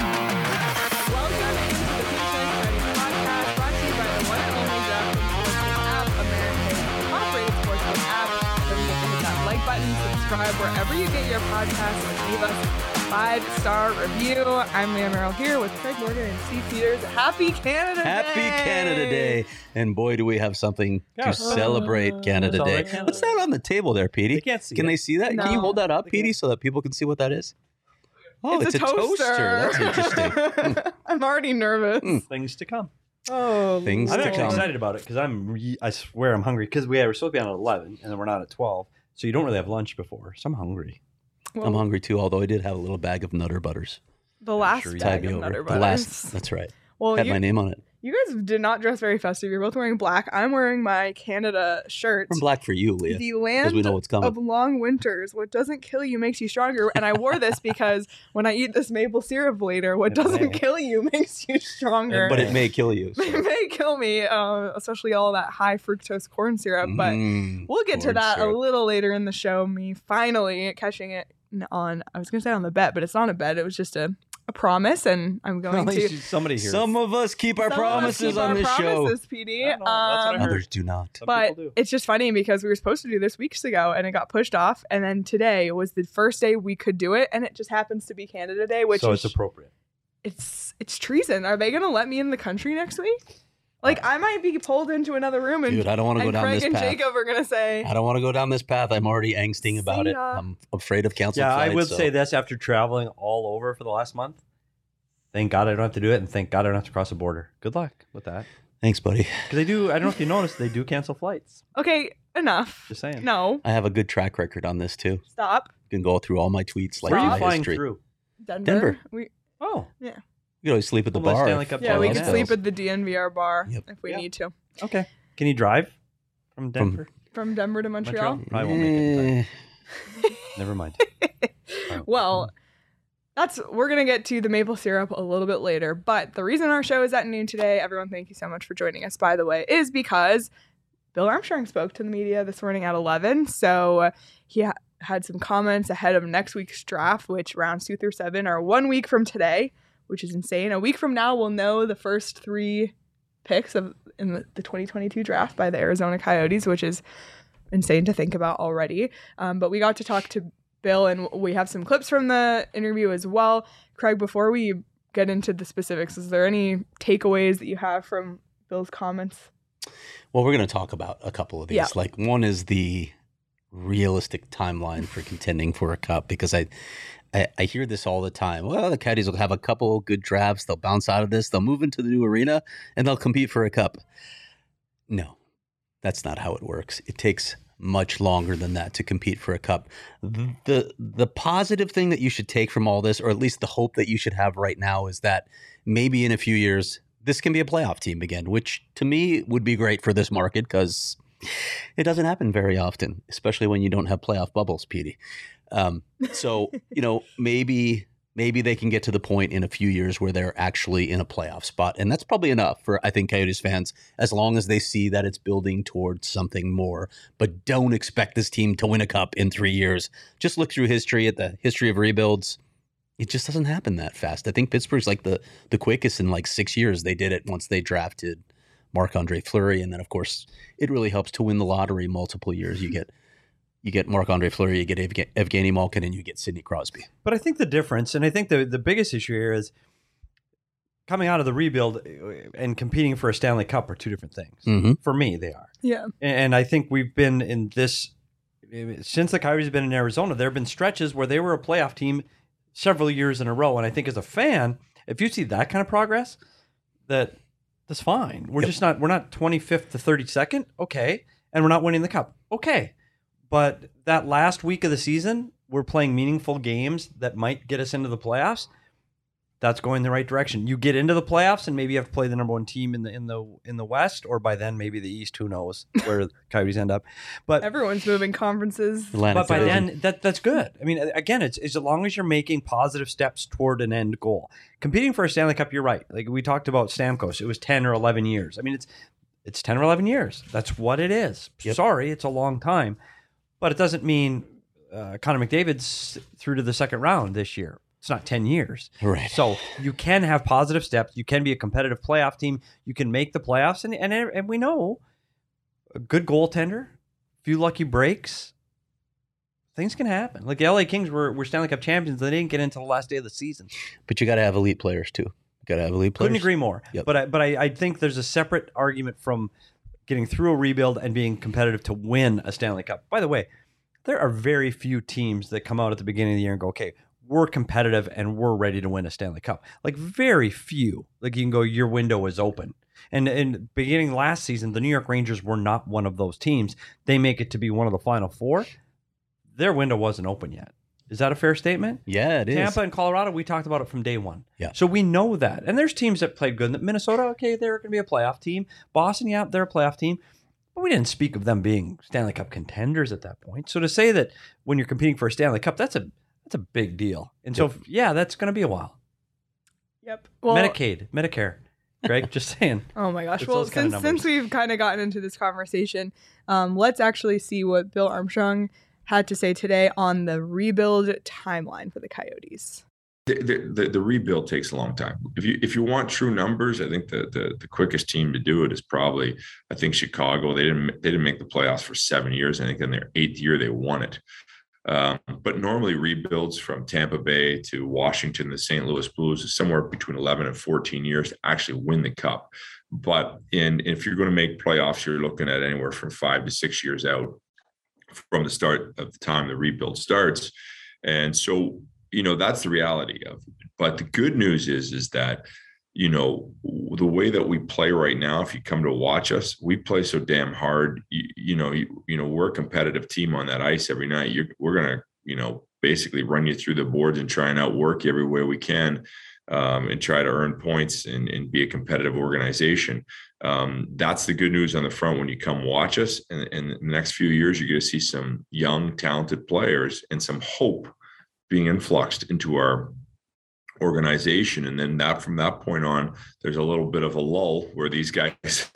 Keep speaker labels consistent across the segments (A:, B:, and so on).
A: Welcome into the Patient Ready podcast brought to you by the one and only Jeff from the Sportsbook app, America's top-rated sportsbook app. Don't forget to hit that like button, subscribe wherever you get your podcasts, and leave us a five-star review. I'm Leah Merrill here with Craig Morgan and Steve Peters. Happy Canada
B: Happy
A: Day!
B: Canada Day. And boy, do we have something
C: Yeah.
B: to celebrate Canada
C: That's all
B: Day.
C: that counts.
B: What's that on the table there, Petey?
C: They can't see
B: Can
C: it.
B: they see that? Can you
A: No.
B: hold that up, Petey, so that people can see what that is? Oh,
A: It's,
B: it's,
A: a, toaster.
B: That's interesting.
A: I'm already nervous.
C: Things to come.
A: Oh,
B: Things
C: I'm
B: to
C: actually
B: come.
C: excited about it because I'm. Re- I swear I'm hungry because we were supposed to be on at eleven and then we're not at twelve, so you don't really have lunch before. So I'm hungry.
B: I'm hungry too, although I did have a little bag of Nutter Butters.
A: the last
C: sure you
A: bag
B: Tide me
A: of
B: over.
A: Nutter
B: The last,
A: Butters.
B: that's right.
A: Well,
B: Had
A: you,
B: my name on it.
A: you guys did not dress very festive. You're both wearing black. I'm wearing my Canada shirt.
B: From Black for You, Leah.
A: The land
B: we know what's coming.
A: of long winters. What doesn't kill you makes you stronger. And I wore this because when I eat this maple syrup later, what
C: It
A: doesn't
C: may.
A: kill you makes you stronger.
B: But it may kill you. so.
A: It may kill me, uh, especially all that high fructose corn syrup. But
B: Mm,
A: we'll get to
B: corn
A: that
B: syrup.
A: a little later in the show. Me finally catching it on, I was going to say on the bet, but it's not a bet. It was just a, a promise. And I'm going
C: At
A: to.
C: least somebody here.
B: Some of us keep our
A: Some of us
B: promises
A: keep
B: on
A: our
B: this
A: promises,
C: I
A: PD.
C: don't know. That's what
A: Um,
C: I heard.
B: show. Others do not.
C: Some
A: but
C: people do.
A: it's just funny because we were supposed to do this weeks ago and it got pushed off and then today was the first day we could do it and it just happens to be canada day which
C: so
A: is,
C: it's appropriate.
A: it's it's treason are they gonna let me in the country next week like i might be pulled into another room and,
B: Uh, Dude, I don't want to go
A: and
B: down
A: craig
B: this
A: and
B: path.
A: jacob are gonna say
B: I don't want to go down this path. I'm already angsting about
A: See
B: it.
A: ya.
B: I'm afraid of council.
C: Yeah, I
B: flight,
C: would
B: so-
C: say this after traveling all over for the last month. Thank God I don't have to do it, and thank God I don't have to cross a border. Good luck with that.
B: Thanks, buddy.
C: Because they do. I don't know if you noticed, they do cancel flights.
A: okay enough
C: Just saying.
A: no
B: I have a good track record on this too.
A: stop
B: You can go through all my tweets like
C: Where are
B: my
C: you flying
B: history.
C: through?
A: denver,
B: Denver.
A: We,
C: Oh,
B: You can always sleep at the
C: Almost
B: bar.
C: Stanley
B: if-
C: Cup
A: yeah
C: Oh,
A: we
C: that's
A: could
B: Dallas
A: sleep
B: fails.
A: at the dnvr bar
B: Yep.
A: if we
C: Yeah.
A: need to
C: okay. Can you drive
B: From-
C: from Denver?
A: from denver to montreal.
C: Probably won't make it. in time.
B: Eh,
C: Never mind.
A: well, that's we're gonna get to the maple syrup a little bit later. But the reason our show is at noon today, everyone, thank you so much for joining us. By the way, is because Bill Armstrong spoke to the media this morning at eleven. So uh, he ha- had some comments ahead of next week's draft, which rounds two through seven are one week from today, which is insane. A week from now, we'll know the first three picks of in the, the 2022 draft by the Arizona Coyotes, which is insane to think about already. Um, but we got to talk to Bill, and we have some clips from the interview as well. Craig, before we get into the specifics, is there any takeaways that you have from Bill's comments?
B: Well, we're going to talk about a couple of these.
A: Yeah.
B: Like one is the realistic timeline for contending for a cup because I, I I hear this all the time. Well, the Coyotes will have a couple good drafts. They'll bounce out of this. They'll move into the new arena and they'll compete for a cup. No, that's not how it works. It takes much longer than that to compete for a cup. The the positive thing that you should take from all this, or at least the hope that you should have right now, is that maybe in a few years this can be a playoff team again, which to me would be great for this market because it doesn't happen very often, especially when you don't have playoff bubbles, Petey. Um, so you know maybe maybe they can get to the point in a few years where they're actually in a playoff spot, and that's probably enough for I think Coyotes fans as long as they see that it's building towards something more. But don't expect this team to win a cup in three years. Just look through history at the history of rebuilds. It just doesn't happen that fast. I think Pittsburgh's like the the quickest in like six years. They did it once they drafted Marc Andre Fleury, and then of course it really helps to win the lottery multiple years. You get you get Marc Andre Fleury, you get Evge- Evgeny Malkin, and you get Sidney Crosby.
C: But I think the difference, and I think the the biggest issue here is coming out of the rebuild uh, and competing for a Stanley Cup are two different things.
B: Mhm.
C: For me, they are,
A: Yeah.
C: and, and I think we've been in this since the Coyotes have been in Arizona. There have been stretches where they were a playoff team several years in a row, and I think as a fan, if you see that kind of progress, that that's fine. We're just not we're not twenty fifth to thirty second, okay, and we're not winning the cup, okay. But that last week of the season, we're playing meaningful games that might get us into the playoffs. That's going the right direction. You get into the playoffs, and maybe you have to play the number one team in the in the in the West, or by then maybe the East. Who knows where the Coyotes end up? But
A: Everyone's moving conferences.
B: Atlantic
C: but by
B: Division.
C: then, that that's good. I mean, again, it's, it's as long as you're making positive steps toward an end goal. Competing for a Stanley Cup, you're right. Like we talked about Stamkos, it was ten or eleven years. I mean, it's it's ten or eleven years. That's what it is. Sorry, it's a long time, but it doesn't mean uh, Connor McDavid's through to the second round this year. It's not ten years.
B: Right.
C: So you can have positive steps. You can be a competitive playoff team. You can make the playoffs, and and and we know a good goaltender, few lucky breaks, things can happen. Like the LA Kings were were Stanley Cup champions. They didn't get into the last day of the season.
B: But you got to have elite players too. You got to have elite players.
C: Couldn't agree more.
B: Yep.
C: But I, but I, I think there's a separate argument from getting through a rebuild and being competitive to win a Stanley Cup. By the way, there are very few teams that come out at the beginning of the year and go, okay, we're competitive and we're ready to win a Stanley Cup. Like very few. Like you can go, your window is open. And in beginning last season, the New York Rangers were not one of those teams. They make it to be one of the final four. Their window wasn't open yet. Is that a fair statement?
B: Yeah, it is.
C: Tampa and Colorado, we talked about it from day one.
B: Yeah.
C: So we know that. And there's teams that played good. Minnesota, okay, they're going to be a playoff team. Boston, yeah, they're a playoff team. But we didn't speak of them being Stanley Cup contenders at that point. So to say that when you're competing for a Stanley Cup, that's a that's a big deal. And so yeah, that's going to be a while.
A: Yep. Well,
C: Medicaid, Medicare. Greg, just saying.
A: Oh my gosh.
C: It's
A: Well,
C: those kinda
A: since since
C: numbers.
A: we've kind of gotten into this conversation, um, let's actually see what Bill Armstrong had to say today on the rebuild timeline for the Coyotes.
D: the, the, the, the rebuild takes a long time. If you if you want true numbers, I think the, the the quickest team to do it is probably I think Chicago. They didn't they didn't make the playoffs for seven years. I think in their eighth year they won it. Um, but normally rebuilds from Tampa Bay to Washington, the St. Louis Blues is somewhere between 11 and 14 years to actually win the cup. But in if you're going to make playoffs, you're looking at anywhere from five to six years out from the start of the time the rebuild starts. And so you know that's the reality of it. but the good news is is that you know w- the way that we play right now if you come to watch us we play so damn hard you, you know you, you know we're a competitive team on that ice every night you're we're gonna you know basically run you through the boards and try and outwork you every way we can um, and try to earn points and, and be a competitive organization um, that's the good news on the front when you come watch us and, and in the next few years you're going to see some young talented players and some hope being influxed into our organization and then that from that point on there's a little bit of a lull where these guys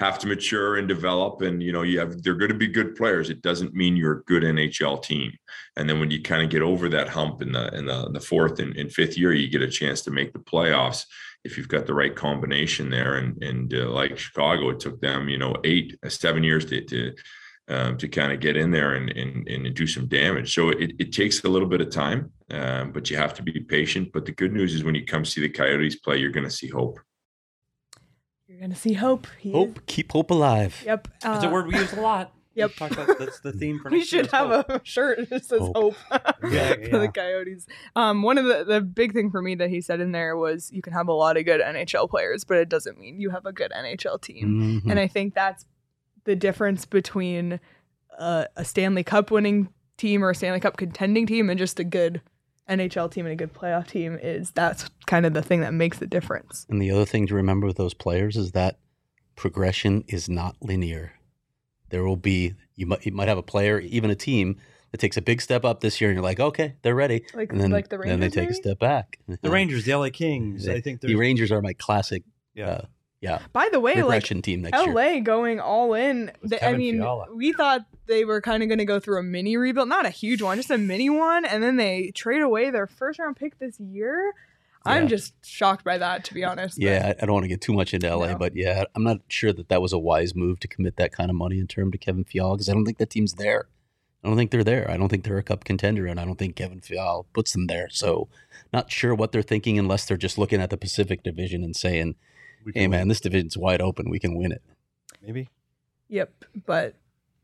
D: have to mature and develop and you know you have they're going to be good players it doesn't mean you're a good nhl team and then when you kind of get over that hump in the in the, the fourth and, and fifth year you get a chance to make the playoffs if you've got the right combination there and and uh, like chicago it took them you know eight uh, seven years to, to um, to kind of get in there and, and and do some damage. So it, it takes a little bit of time, um, but you have to be patient. But the good news is when you come see the Coyotes play, you're going to see hope.
A: You're gonna see hope. He is-
B: hope, keep hope alive.
A: Yep.
C: That's a
A: uh,
C: word we use a lot.
A: Yep.
C: We've talked about- that's the theme for
A: We
C: next
A: should
C: year's
A: have
C: vote.
A: a shirt that says hope,
B: Hope.
C: Yeah,
A: for
C: yeah.
A: the Coyotes. Um, one of the, the big thing for me that he said in there was you can have a lot of good NHL players, but it doesn't mean you have a good NHL team.
B: Mhm.
A: And I think that's the difference between uh, a Stanley Cup winning team or a Stanley Cup contending team and just a good NHL team and a good playoff team is that's kind of the thing that makes the difference.
B: And the other thing to remember with those players is that progression is not linear. There will be you might you might have a player, even a team that takes a big step up this year, and you're like, okay, they're ready.
A: Like-
B: and then,
A: like the
B: then they
A: Rangers,
B: take a
A: maybe?
B: step back.
C: The Rangers, the LA Kings.
B: They-
C: I think
B: the
C: there's
B: Rangers are my classic,
C: yeah.
B: uh, yeah,
A: By the way, like
B: regression team next year.
A: LA going all in.
C: With
A: The, I
C: Kevin
A: mean,
C: Fiala.
A: we thought they were kind of going to go through a mini rebuild, not a huge one, just a mini one, and then they trade away their first round pick this year. I'm
B: Yeah.
A: just shocked by that, to be honest.
B: Yeah, I I don't want to get too much into LA,
A: No.
B: but yeah, I'm not sure that that was a wise move to commit that kind of money in term to Kevin Fiala because I don't think that team's there. I don't think they're there. I don't think they're a cup contender, and I don't think Kevin Fiala puts them there. So, not sure what they're thinking unless they're just looking at the Pacific Division and saying,
C: We
B: "Hey,
C: can
B: man, this division's wide open. We can win it."
C: maybe.
A: Yep, but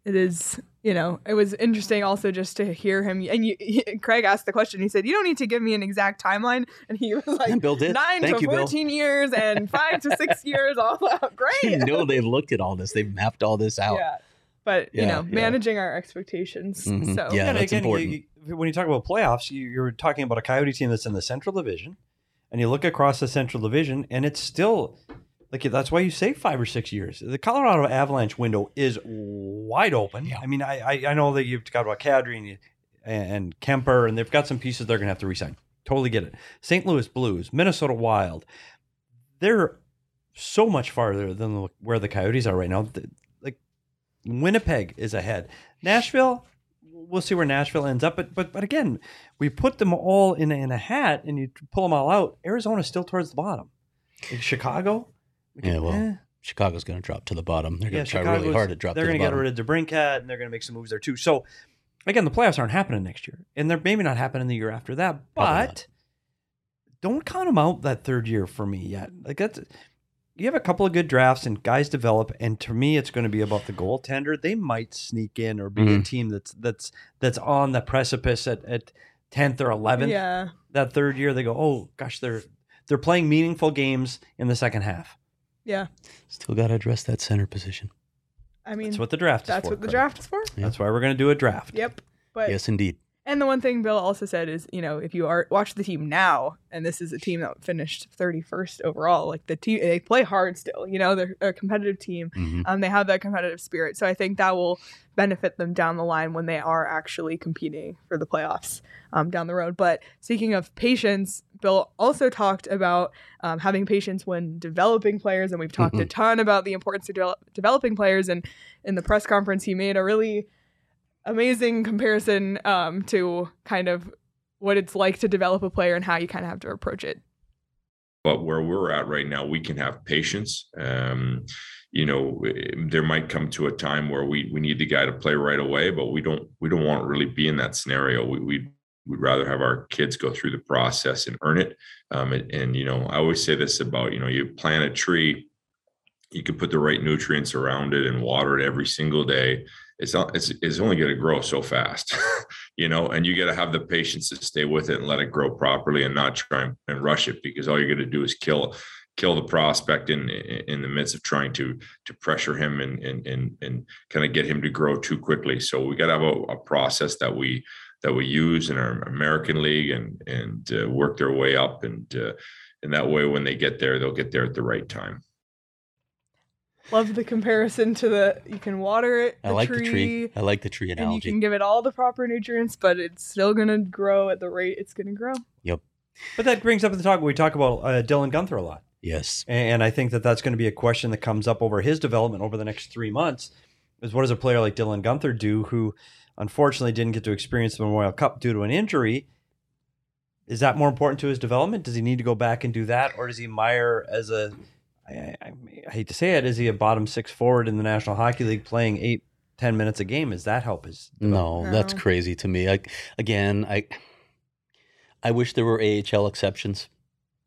A: it is you know it was interesting also just to hear him and you, Craig asked the question. He said, "You don't need to give me an exact timeline," and he was like,
B: And Bill did.
A: nine
B: Thank
A: to
B: you, Bill."
A: fourteen years and five to six years all out.
B: you
A: Great,
B: know they've looked at all this. They've mapped all this out.
A: yeah. But you
B: Yeah,
A: know,
B: yeah.
A: managing our expectations.
B: Mhm.
A: So
B: Yeah,
C: and
B: that's
C: you-
B: important.
C: you- when you talk about playoffs, you, you're talking about a Coyote team that's in the Central Division, and you look across the Central Division, and it's still like that's why you say five or six years. The Colorado Avalanche window is wide open. I mean, I I, I know that you've talked about Kadri and, you, and Kemper, and they've got some pieces they're going to have to resign. Totally get it. St. Louis Blues, Minnesota Wild, they're so much farther than the, where the Coyotes are right now. Th- Like Winnipeg is ahead. Nashville, we'll see where Nashville ends up. But but but again, we put them all in a, in a hat, and you pull them all out. Arizona's still towards the bottom. Like Chicago,
B: Yeah, well,
C: eh,
B: Chicago's going to drop to the bottom. They're
C: yeah,
B: going to try
C: Chicago's,
B: really hard to drop.
C: They're
B: to the
C: gonna get
B: bottom.
C: rid of DeBrincat, and they're going to make some moves there too. So again, the playoffs aren't happening next year, and they're maybe not happening the year after that.
B: Probably
C: But don't count them out that third year for me yet. Like that's you have a couple of good drafts and guys develop, and to me, it's going to be about the goaltender. They might sneak in or be a
B: Mhm.
C: team that's that's that's on the precipice at at tenth or eleventh.
A: yeah,
C: That third year, they go, oh gosh, they're they're playing meaningful games in the second half.
A: yeah.
B: Still got to address that center position.
A: I mean,
C: That's what the draft.
A: that's
C: is for,
A: what the
C: Craig.
A: draft is for.
C: That's why we're going to do a draft.
A: Yep. But
B: Yes, indeed.
A: And the one thing Bill also said is, you know, if you are watch the team now, and this is a team that finished 31st overall, like the team, they play hard still. You know, they're a competitive team.
B: Mhm.
A: Um, they have that competitive spirit, so I think that will benefit them down the line when they are actually competing for the playoffs um, down the road. But speaking of patience, Bill also talked about um, having patience when developing players, and we've talked a ton about the importance of devel- developing players. And in the press conference, he made a really amazing comparison um, to kind of what it's like to develop a player and how you kind of have to approach it.
D: but where we're at right now we can have patience um you know eh, there might come to a time where we we need the guy to play right away but we don't we don't want to really be in that scenario we we we'd rather have our kids go through the process and earn it um and, and you know i always say this about you know you plant a tree you can put the right nutrients around it and water it every single day it's not it's, it's only going to grow so fast you know, and you got to have the patience to stay with it and let it grow properly and not try and, and rush it because all you're going to do is kill kill the prospect in in the midst of trying to to pressure him and and and, and kind of get him to grow too quickly. So we got to have a, a process that we that we use in our American League and and uh, work their way up and uh, and that way when they get there they'll get there at the right time.
A: Love the comparison to the you can water it,
B: I like the tree. I like the tree
A: and you
B: analogy.
A: can give it all the proper nutrients, but it's still gonna grow at the rate it's gonna grow.
C: But that brings up the talk. We talk about uh, Dylan Gunther a lot,
B: yes.
C: and I think that that's going to be a question that comes up over his development over the next three months. Is what does a player like Dylan Gunther do, who unfortunately didn't get to experience the Memorial Cup due to an injury? Is that more important to his development? Does he need to go back and do that, or does he mire as a? I, I, I hate to say it. Is he a bottom six forward in the National Hockey League playing eight, ten minutes a game? Is that help his?
A: Oh,
B: No, that's
A: No.
B: crazy to me. I, again, I I wish there were AHL exceptions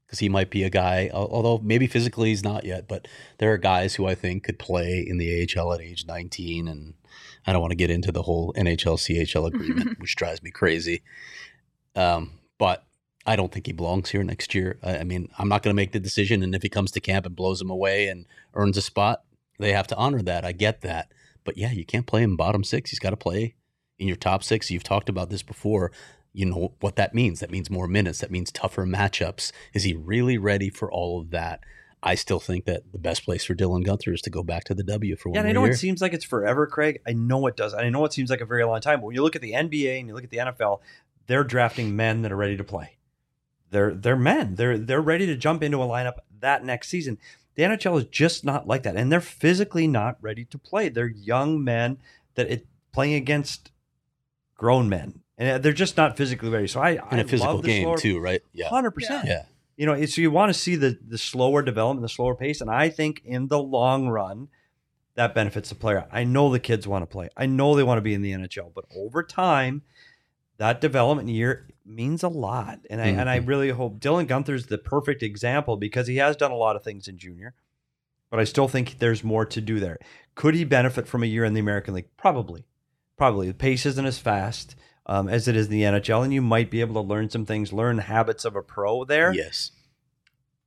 B: because he might be a guy. al- Although maybe physically he's not yet, but there are guys who I think could play in the AHL at age 19, and I don't want to get into the whole NHL CHL agreement, which drives me crazy. Um, but I don't think he belongs here next year. I, I mean, I'm not going to make the decision, and if he comes to camp and blows him away and earns a spot, they have to honor that. I get that. But yeah, you can't play him bottom six. He's got to play in your top six. You've talked about this before. You know what that means. That means more minutes. That means tougher matchups. Is he really ready for all of that? I still think that the best place for Dylan Gunther is to go back to the W for one
C: Yeah, and I
B: more
C: know
B: year.
C: it seems like it's forever, Craig. I know it does. And I know it seems like a very long time. But when you look at the NBA and you look at the NFL, they're drafting men that are ready to play. They're they're men. They're they're ready to jump into a lineup that next season. The NHL is just not like that, and they're physically not ready to play. They're young men that it playing against grown men, and they're just not physically ready. So I, I
B: in a physical
C: love this
B: game
C: lower-
B: too, right? Yeah,
C: hundred percent.
B: yeah.
C: You know, so you want to see the the slower development, the slower pace, and I think in the long run, that benefits the player. I know the kids want to play. I know they want to be in the NHL, but over time, that development year means a lot. And I and I really hope Dylan Gunther's the perfect example because he has done a lot of things in junior, but I still think there's more to do there. Could he benefit from a year in the American League? Probably, probably. The pace isn't as fast um, as it is in the NHL, and you might be able to learn some things, learn habits of a pro there.
B: Yes.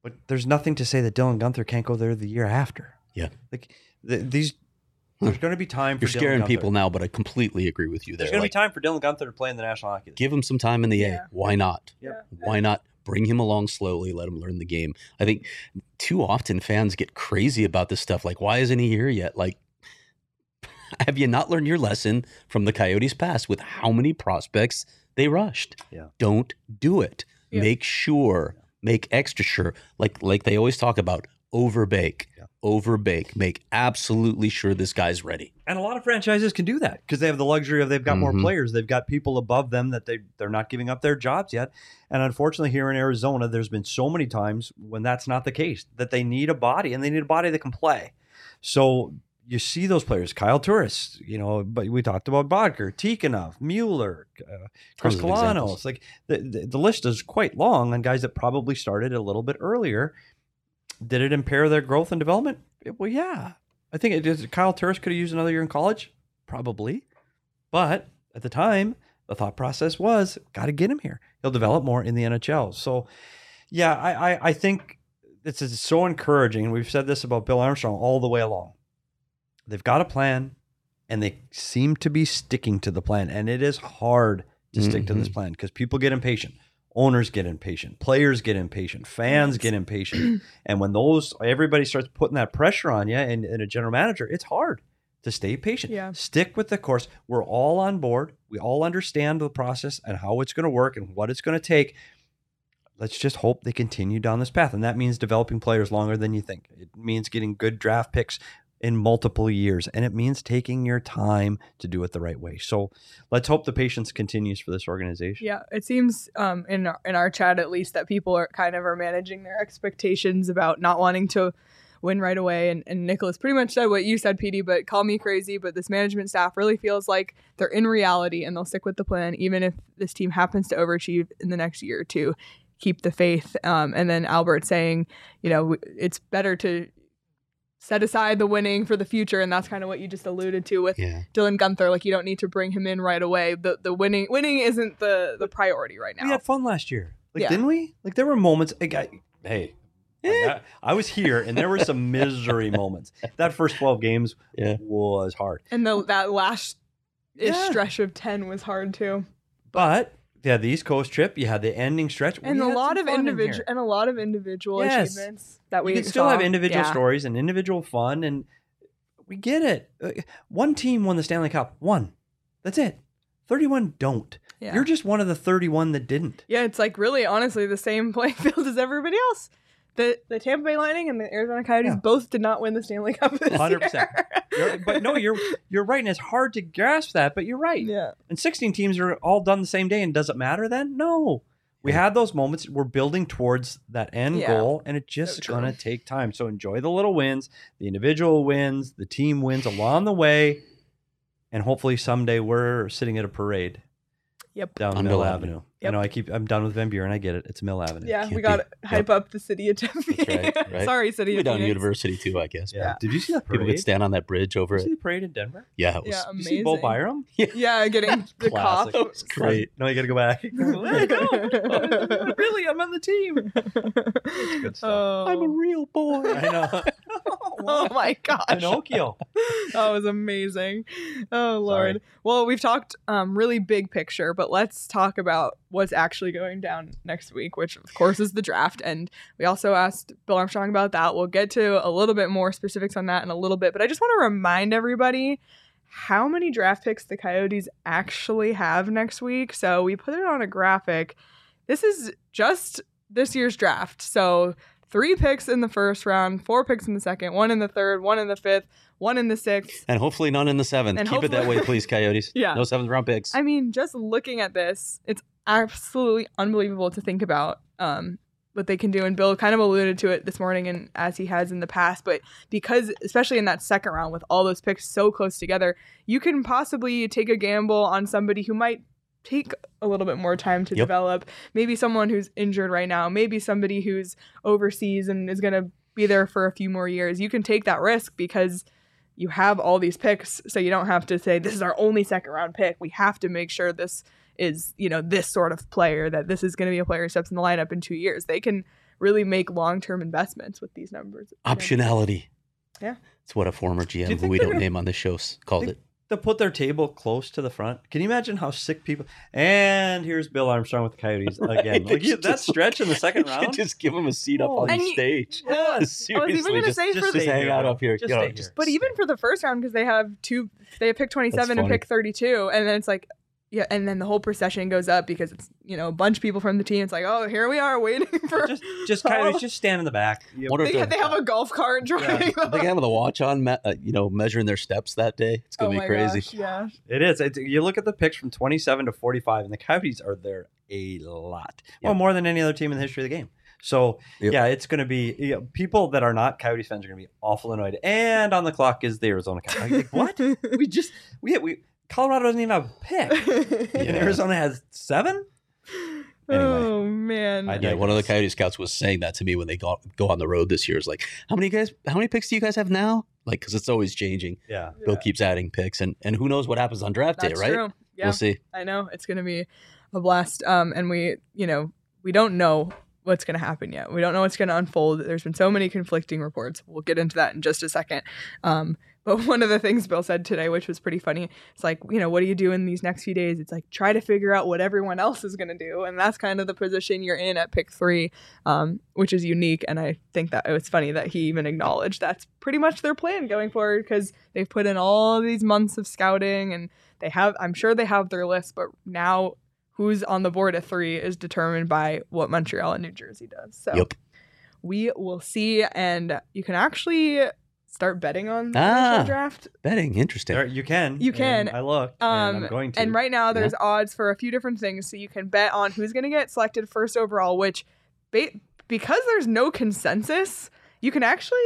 C: But there's nothing to say that Dylan Gunther can't go there the year after.
B: Yeah.
C: Like th- these, there's going to be time
B: Hmm.
C: for
B: You're
C: Dylan
B: scaring
C: Gunther.
B: people now, but I completely agree with you there.
C: There's going
B: Like,
C: to be time for Dylan Gunther to play in the National Hockey League.
B: give him some time in the
A: Yeah.
B: A. Why not?
C: Yep.
B: Why not bring him along slowly? Let him learn the game. I think too often fans get crazy about this stuff. Like, why isn't he here yet? Like, have you not learned your lesson from the Coyotes' past with how many prospects they rushed?
C: Yeah.
B: Don't do it.
A: Yeah.
B: Make sure, make extra sure. Like, like they always talk about, overbake, overbake. Make absolutely sure this guy's ready.
C: and a lot of franchises can do that because they have the luxury of they've got more
B: Mhm.
C: players they've got people above them that they they're not giving up their jobs yet and unfortunately here in arizona there's been so many times when that's not the case that they need a body and they need a body that can play so you see those players kyle Turris, you know but we talked about bodker tikhonov mueller uh, chris
B: Tons of examples.
C: Kalanos. like the, the, the list is quite long on guys that probably started a little bit earlier did it impair their growth and development well yeah I think it is. Kyle Turris could have used another year in college, probably, but at the time, the thought process was got to get him here. He'll develop more in the NHL. So, yeah, I I, I think this is so encouraging. We've said this about Bill Armstrong all the way along. They've got a plan, and they seem to be sticking to the plan. And it is hard to stick to this plan because people get impatient. Owners get impatient, players get impatient, fans get impatient. And when those everybody starts putting that pressure on you and, and a general manager, it's hard to stay patient.
A: Yeah.
C: Stick with the course. We're all on board. We all understand the process and how it's going to work and what it's going to take. Let's just hope they continue down this path. And that means developing players longer than you think. It means getting good draft picks in multiple years. And it means taking your time to do it the right way. So let's hope the patience continues for this organization.
A: Yeah, it seems um, in our, in our chat at least that people are kind of are managing their expectations about not wanting to win right away. And, and Nicholas pretty much said what you said, PD. But call me crazy, but this management staff really feels like they're in reality and they'll stick with the plan, even if this team happens to overachieve in the next year or two. Keep the faith. Um, and then Albert saying, you know, it's better to set aside the winning for the future, and that's kind of what you just alluded to with
B: Yeah.
A: Dylan Gunther. Like you don't need to bring him in right away. The the winning winning isn't the the priority right
C: We
A: now.
C: had fun last year. Like,
A: Yeah.
C: didn't we? Like, there were moments. Like, I, hey,
A: Eh.
C: like, I, I was here and there were some misery moments. That first 12 games
B: Yeah.
C: was hard.
A: And the that last ish
C: Yeah.
A: stretch of ten was hard too.
C: But yeah, the East Coast trip, you had the ending stretch. We
A: And a
C: had
A: lot of
C: some fun in
A: individual
C: here.
A: and a lot of individual
C: Yes.
A: achievements that we
C: you can still have
A: saw.
C: individual
A: Yeah.
C: stories and individual fun, and we get it. Uh, One team won the Stanley Cup. One. That's it. 31 don't.
A: Yeah.
C: You're just one of the 31 that didn't.
A: Yeah, it's like really honestly the same playing field as everybody else. The the Tampa Bay Lightning and the Arizona Coyotes
C: Yeah.
A: both did not win the Stanley Cup this
C: 100%.
A: year.
C: You're- but no, you're you're right, and it's hard to grasp that. But you're right.
A: yeah.
C: And 16 teams are all done the same day, and does it matter then? No. We had those moments. We're building towards that end
A: Yeah.
C: goal, and it's just
A: true.
C: gonna take time. So enjoy the little wins, the individual wins, the team wins along the way, and hopefully someday we're sitting at a parade
A: Yep.
C: down
B: On
C: Mill
B: Mill
C: Avenue. I
A: Yep.
C: know I keep I'm done with Van Buren. I get it. It's Mill Avenue.
A: Yeah,
B: Can't
A: we got to
B: be-
A: hype up the city of Tempe.
B: That's right, right.
A: Sorry, city
B: We
A: of
B: down
A: Phoenix.
B: university too, I guess.
C: Yeah. Did you see that parade?
B: People could stand on that bridge over
C: Did you
B: it.
C: see the parade in Denver?
B: Yeah, it was
A: Yeah,
C: Did you
A: amazing.
C: see Bo Byram?
A: Yeah, getting the cop.
C: Classic. That was
B: great.
C: No, you got to go back. I know. really, I'm on the team. good stuff.
A: Oh.
B: real boy.
C: I know.
A: Oh my gosh.
C: Pinocchio.
A: That was amazing. Oh lord.
C: Sorry.
A: Well, we've talked um, really big picture, but let's talk about what's actually going down next week, which of course is the draft. And we also asked Bill Armstrong about that. We'll get to a little bit more specifics on that in a little bit, but I just want to remind everybody how many draft picks the Coyotes actually have next week. So we put it on a graphic. This is just this year's draft. So three picks in the first round, four picks in the second, one in the third, one in the fifth, one in the sixth.
B: And hopefully none in the seventh.
A: And
B: Keep it that
A: hopefully-
B: way, please, Coyotes.
A: Yeah.
B: No seventh round picks.
A: I mean, just looking at this, it's absolutely unbelievable to think about um, what they can do. And Bill kind of alluded to it this morning, and as he has in the past, but because especially in that second round with all those picks so close together, you can possibly take a gamble on somebody who might take a little bit more time to
B: Yep.
A: develop. Maybe someone who's injured right now. Maybe somebody who's overseas and is going to be there for a few more years. You can take that risk because you have all these picks, so you don't have to say this is our only second round pick. We have to make sure this is you know this sort of player that this is going to be a player who steps in the lineup in two years. They can really make long term investments with these numbers.
B: Optionality.
A: Yeah.
B: It's what a former GM
C: you
B: who
C: think
B: we
C: they're
B: don't
C: gonna-
B: name on the show s- called
C: Think-
B: it.
C: to put their table close to the front. Can you imagine how sick people? And here's Bill Armstrong with the Coyotes again.
B: Right,
C: Like
B: they
C: you,
B: should
C: that
B: just-
C: stretch in the second
B: You should
C: round.
B: Just give him a seat up
C: Oh.
B: on
A: And you-
B: stage.
A: I was even
B: Seriously,
A: gonna
B: just,
A: say
B: just,
A: for
B: just
C: the-
B: hang out up here.
C: Just
B: You know,
C: stay
B: just-
C: here.
A: But even for the first round, because they have two, they have pick twenty seven and
B: funny.
A: pick thirty two, and then it's like, yeah, and then the whole procession goes up because it's you know a bunch of people from the team. It's like, oh, here we are waiting for.
C: Just, just Coyotes, just stand in the back. You-
B: What are
A: they,
B: the-
A: they have a golf cart driving.
B: Are they gonna have the watch on, me- uh, you know, measuring their steps that day. It's
A: Oh
B: gonna
A: my
B: be crazy.
A: gosh, yeah.
C: It is. It's, you look at the picks from 27 to 45, and the Coyotes are there a lot. Well,
B: Yep.
C: more than any other team in the history of the game. So,
B: Yep.
C: yeah, it's going to be yeah, people that are not Coyotes fans are going to be awful annoyed. And on the clock is the Arizona Coyotes. Like, what? we just, we, we, Colorado doesn't even have a pick. And
B: Yeah.
C: Arizona has seven? Anyway,
A: Oh man.
C: I
B: Yeah, one of the
C: digress.
B: Coyote Scouts was saying that to me when they go go on the road this year. Is like, how many guys? How many picks do you guys have now? Like, because it's always changing.
C: Yeah.
B: Bill keeps adding picks, and and who knows what happens on draft
A: That's
B: day, right?
A: true. Yeah.
B: We'll see.
A: I know it's going to be a blast. Um, and we, you know, we don't know what's going to happen yet. We don't know what's going to unfold. There's been so many conflicting reports. We'll get into that in just a second. Um, but one of the things Bill said today, which was pretty funny, it's like, you know, what do you do in these next few days? It's like try to figure out what everyone else is going to do, and that's kind of the position you're in at pick three, um, which is unique. And I think that it was funny that he even acknowledged that's pretty much their plan going forward because they've put in all these months of scouting and they have i'm sure they have their list but now who's on the board at three is determined by what montreal and new jersey does so
B: Yep.
A: we will see and you can actually start betting on the
B: Ah.
A: NHL draft
B: Betting, interesting.
C: There- you can.
A: You can.
C: and I look.
A: um,
C: and I'm going to.
A: and right now there's odds for a few different things so you can bet on who's going to get selected first overall which ba- because there's no consensus you can actually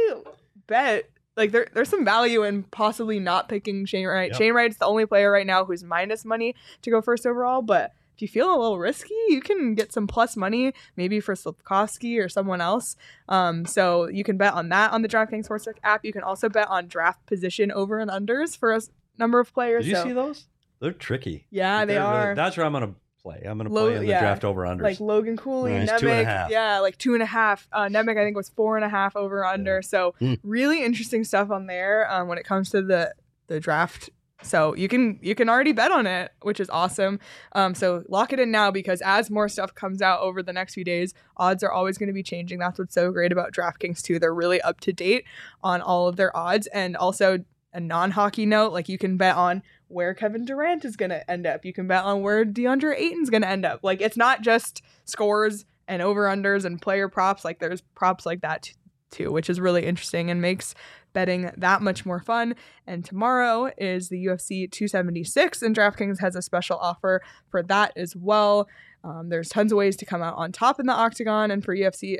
A: bet like there, there's some value in possibly not picking Shane Wright.
C: Yep.
A: Shane Wright's the only player right now who's minus money to go first overall, but if you feel a little risky, you can get some plus money maybe for Slavkovsky or someone else. Um, so you can bet on that on the DraftKings Sportsbook app. You can also bet on draft position over and unders for a s- number of players.
C: Did you
A: so-
C: see those? They're tricky.
A: Yeah, they
C: They're really-
A: are.
C: that's where I'm going to play. I'm going to
A: Low-
C: play in the
A: yeah.
C: draft over unders.
A: like Logan Cooley,
B: Nice,
A: Nemec,
C: two and a half.
A: yeah, like two and a half. Uh, Nemec, I think was four and a half over under. So
B: Hmm.
A: really interesting stuff on there um, when it comes to the the draft. So you can you can already bet on it, which is awesome. Um, so lock it in now because as more stuff comes out over the next few days, odds are always going to be changing. That's what's so great about DraftKings too; they're really up to date on all of their odds. And also a non-hockey note, like you can bet on where Kevin Durant is going to end up. You can bet on where DeAndre Ayton's going to end up. Like it's not just scores and over/unders and player props. Like there's props like that t- too, which is really interesting and makes betting that much more fun. And tomorrow is the UFC 276, and DraftKings has a special offer for that as well. Um, there's tons of ways to come out on top in the octagon, and for UFC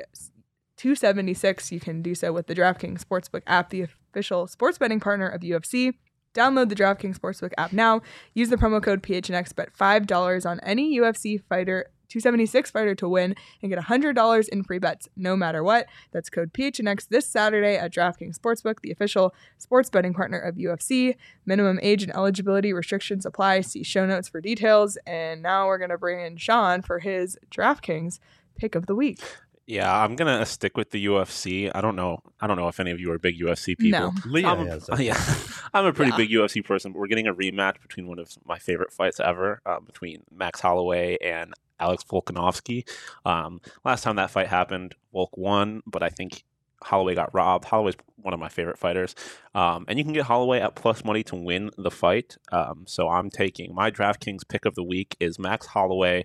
A: 276, you can do so with the DraftKings Sportsbook app, the official sports betting partner of UFC. Download the DraftKings Sportsbook app now. Use the promo code PHNX, bet $5 on any UFC fighter, 276 fighter to win, and get $100 in free bets no matter what. That's code PHNX this Saturday at DraftKings Sportsbook, the official sports betting partner of UFC. Minimum age and eligibility restrictions apply. See show notes for details. And now we're going to bring in Sean for his DraftKings pick of the week.
E: Yeah, I'm gonna uh, stick with the UFC. I don't know. I don't know if any of you are big UFC
A: No.
E: people.
C: Leah
E: I'm,
C: has
E: a-
C: a-
E: yeah, I'm a pretty
A: Yeah.
E: big UFC person, but we're getting a rematch between one of my favorite fights ever uh, between Max Holloway and Alex Volkanovski. Um, last time that fight happened, Volk won, but I think Holloway got robbed. Holloway's one of my favorite fighters, um, and you can get Holloway at plus money to win the fight. Um, so I'm taking my DraftKings pick of the week is Max Holloway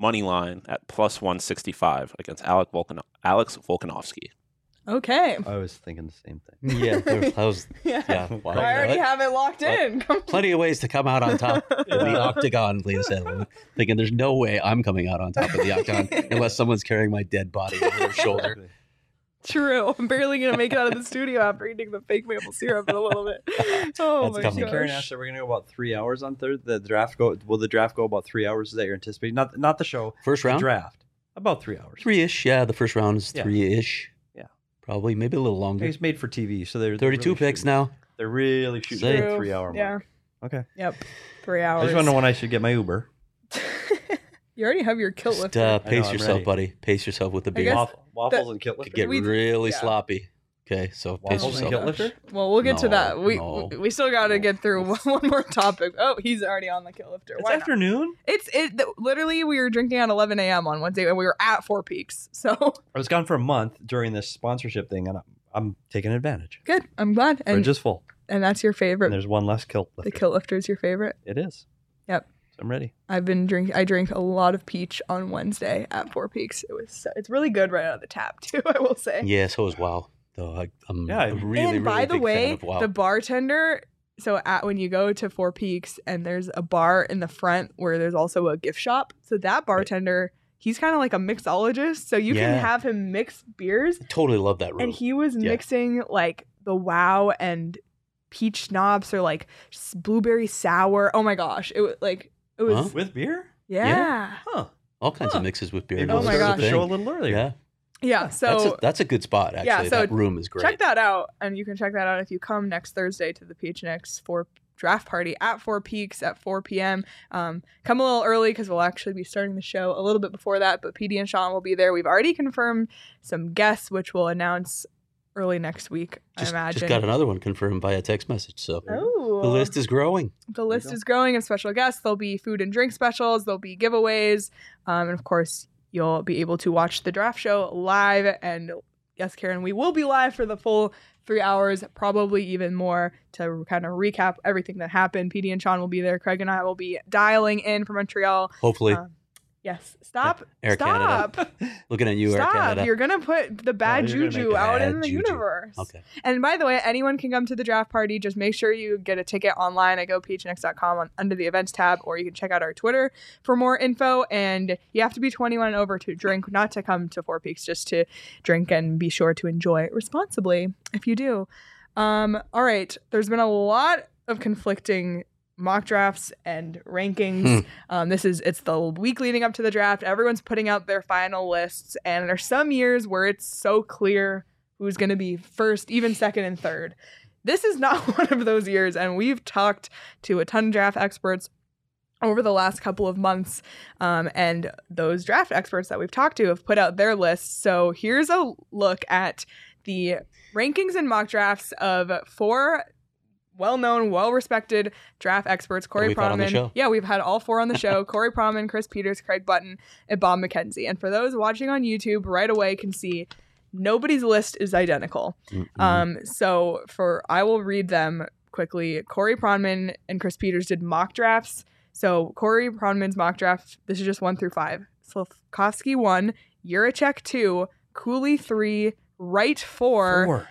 E: money line at plus 165 against Alec Volkan- Alex Volkanovsky.
A: Okay.
C: I was thinking the same thing.
B: Yeah, there- that was
A: Yeah.
B: yeah. wow.
A: I already have it locked
B: What?
A: in. Come
B: plenty of ways to come out on top of the octagon. Lena said, thinking there's no way I'm coming out on top of the octagon unless someone's carrying my dead body over their shoulder.
A: True. I'm barely gonna make it out of the studio after eating the fake maple syrup in a little bit. Oh
B: That's
A: my
B: coming.
A: gosh.
C: Karen asked, "Are we going to go about three hours on Thursday? The draft go? Will the draft go about three hours? Is that you're anticipating? Not not the show,
B: First
C: the
B: round,
C: draft. About three hours.
B: three ish. Yeah, the first round is
C: Yeah.
B: three ish.
C: Yeah.
B: probably maybe a little longer.
C: It's made for TV, so they're they're
B: 32
C: really
B: picks
C: shooting-
B: now.
C: They're really shooting
B: Say.
C: for a three hour
A: Yeah.
C: mark. Okay.
A: Yep. Three
C: I
A: hours.
C: just want to know when I should get my Uber.
A: you already have your kilt
B: Just
A: lifted.
B: uh,
C: know,
B: pace
C: I'm
B: yourself,
C: ready.
B: buddy. Pace yourself with the
A: I guess-
B: beer.
C: Waffle, waffles and kilt
B: Could
C: lifter.
B: get
A: we-
B: really
A: yeah.
B: sloppy. Okay, so pace
C: Waffles and
B: yourself.
C: kilt lifter.
A: Well, we'll get to
B: No,
A: that. We
B: no,
A: we still got to
B: no.
A: get through one, one more topic. Oh, he's already on the kill lifter.
C: It's
A: Why not?
C: afternoon.
A: It's it. th- Literally, we were drinking at 11 a.m. on Wednesday, and we were at Four Peaks. So
C: I was gone for a month during this sponsorship thing, and I'm, I'm taking advantage.
A: good. I'm glad. And
C: Fridge is full,
A: and that's your
C: and
A: favorite.
C: there's one less kilt
A: The
C: lifter.
A: kilt lifter is your favorite.
C: It is.
A: Yep.
C: So I'm ready.
A: I've been drink. I drank a lot of peach on Wednesday at Four Peaks. It was. So, it's really good right out of the tap too. I will say.
B: Yeah, so is wow. Though I, I'm
C: Yeah,
B: a really,
A: and by
B: really big
A: the
B: fan
A: way,
B: of wow.
A: the bartender. So at when you go to Four Peaks and there's a bar in the front where there's also a gift shop. So that bartender, he's kind of like a mixologist. So you
B: Yeah.
A: can have him mix beers,
B: totally love that room.
A: and he was
B: Yeah.
A: mixing like the Wow and peach schnapps or like s- blueberry sour. Oh my gosh, it was like it was
B: Huh?
C: With beer?
A: yeah
C: Huh.
B: All kinds
C: Huh.
B: of mixes with beer.
C: Maybe
B: That
C: we'll
B: was
A: Oh my
B: the
C: start
A: gosh.
C: the show a
B: thing.
C: little earlier.
B: Yeah,
A: yeah.
B: that's
A: So
B: a, that's a good spot actually.
A: Yeah, so
B: that room is great.
A: check that out and you can check that out if you come next thursday to the phnx for draft party at four peaks at 4 p.m um, come a little early because we'll actually be starting the show a little bit before that but pd and sean will be there we've already confirmed some guests which we'll announce early next week
B: just,
A: i imagine
B: just got another one confirmed via text message. So
A: oh
B: the list is growing.
A: the list is growing of special guests. There'll be food and drink specials. There'll be giveaways, um, and of course, you'll be able to watch the draft show live. And yes, Karen, we will be live for the full three hours, probably even more, to kind of recap everything that happened. PD and Sean will be there. Craig and I will be dialing in from Montreal.
B: Hopefully,
A: Um, Yes, stop,
B: Air
A: stop,
B: looking at you, Air
A: stop!
B: Canada.
A: You're gonna put the bad
C: you're gonna
A: juju
C: make
A: out
B: bad
A: in the
B: juju.
A: universe.
B: okay,
A: And by the way, anyone can come to the draft party. Just make sure you get a ticket online at gophnx.com on, under the events tab, or you can check out our Twitter for more info. And you have to be 21 and over to drink, not to come to Four Peaks, just to drink and be sure to enjoy it responsibly if you do. Um, all right. There's been a lot of conflicting mock drafts and rankings. Um, this is it's the week leading up to the draft. Everyone's putting out their final lists, and there's some years where it's so clear who's going to be first, even second, and third. This is not one of those years, and we've talked to a ton of draft experts over the last couple of months, um, and those draft experts that we've talked to have put out their lists. So here's a look at the rankings and mock drafts of four well-known, well-respected draft experts. Corey
B: we've had on the
A: Proman,
B: show.
A: yeah, we've had all four on the show: Corey Proman, Chris Peters, Craig Button, and Bob McKenzie. And for those watching on YouTube, right away can see nobody's list is identical. Um, so for I will read them quickly. Corey Pronman and Chris Peters did mock drafts. So Corey Pronman's mock draft. This is just one through five. Slavkovsky one, Yurichek two, Cooley three, Wright four,
C: Four.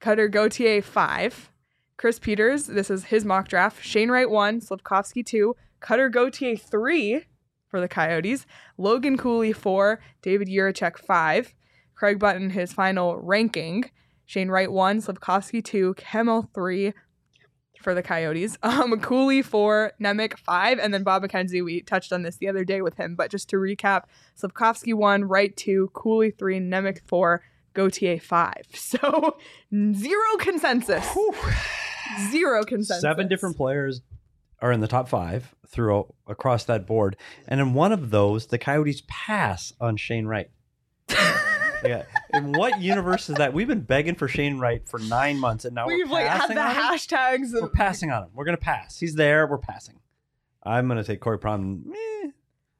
A: Cutter Gautier five, Chris Peters. This is his mock draft. Shane Wright one, Slavkovsky two, Cutter Gautier three for the Coyotes, Logan Cooley four, David Yurichek five, Craig Button his final ranking, Shane Wright one, Slavkovsky two, Kemmel three for the Coyotes, um, Cooley four, Nemec five, and then Bob McKenzie. We touched on this the other day with him, but just to recap, Slavkovsky one, Wright two, Cooley three, Nemec four. Gautier five. So zero consensus. Zero consensus.
C: Seven different players are in the top five throughout across that board, and in one of those, the Coyotes pass on Shane Wright. yeah. In what universe is that? We've been begging for Shane Wright for nine months, and now we're
A: We've like had
C: passing
A: the
C: on him?
A: hashtags
C: We're
A: of
C: passing on him. We're gonna pass. He's there. We're passing. I'm gonna take Corey Prom.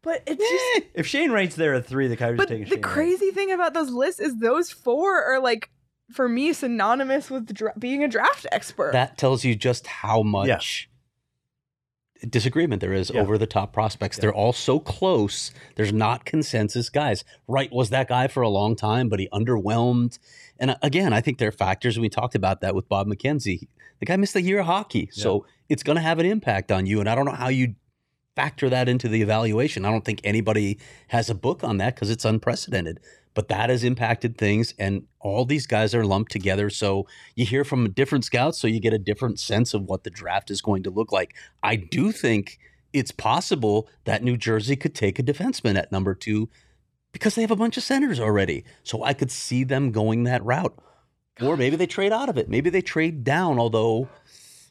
A: But it's just.
C: If Shane Wright's there at three, the Coyotes are
A: But
C: taking
A: the
C: Shane Wright.
A: crazy thing about those lists is those four are like, for me, synonymous with dra- being a draft expert.
B: that tells you just how much disagreement there is over the top prospects. They're all so close. There's not consensus guys. Wright was that guy for a long time, but he underwhelmed. And uh, again, I think there are factors. and We talked about that with Bob McKenzie. The guy missed a year of hockey, so it's going to have an impact on you. And I don't know how you factor that into the evaluation. I don't think anybody has a book on that because it's unprecedented. But that has impacted things, and all these guys are lumped together. So you hear from different scouts, so you get a different sense of what the draft is going to look like. I do think it's possible that New Jersey could take a defenseman at number two because they have a bunch of centers already. So I could see them going that route. Or maybe they trade out of it. Maybe they trade down, although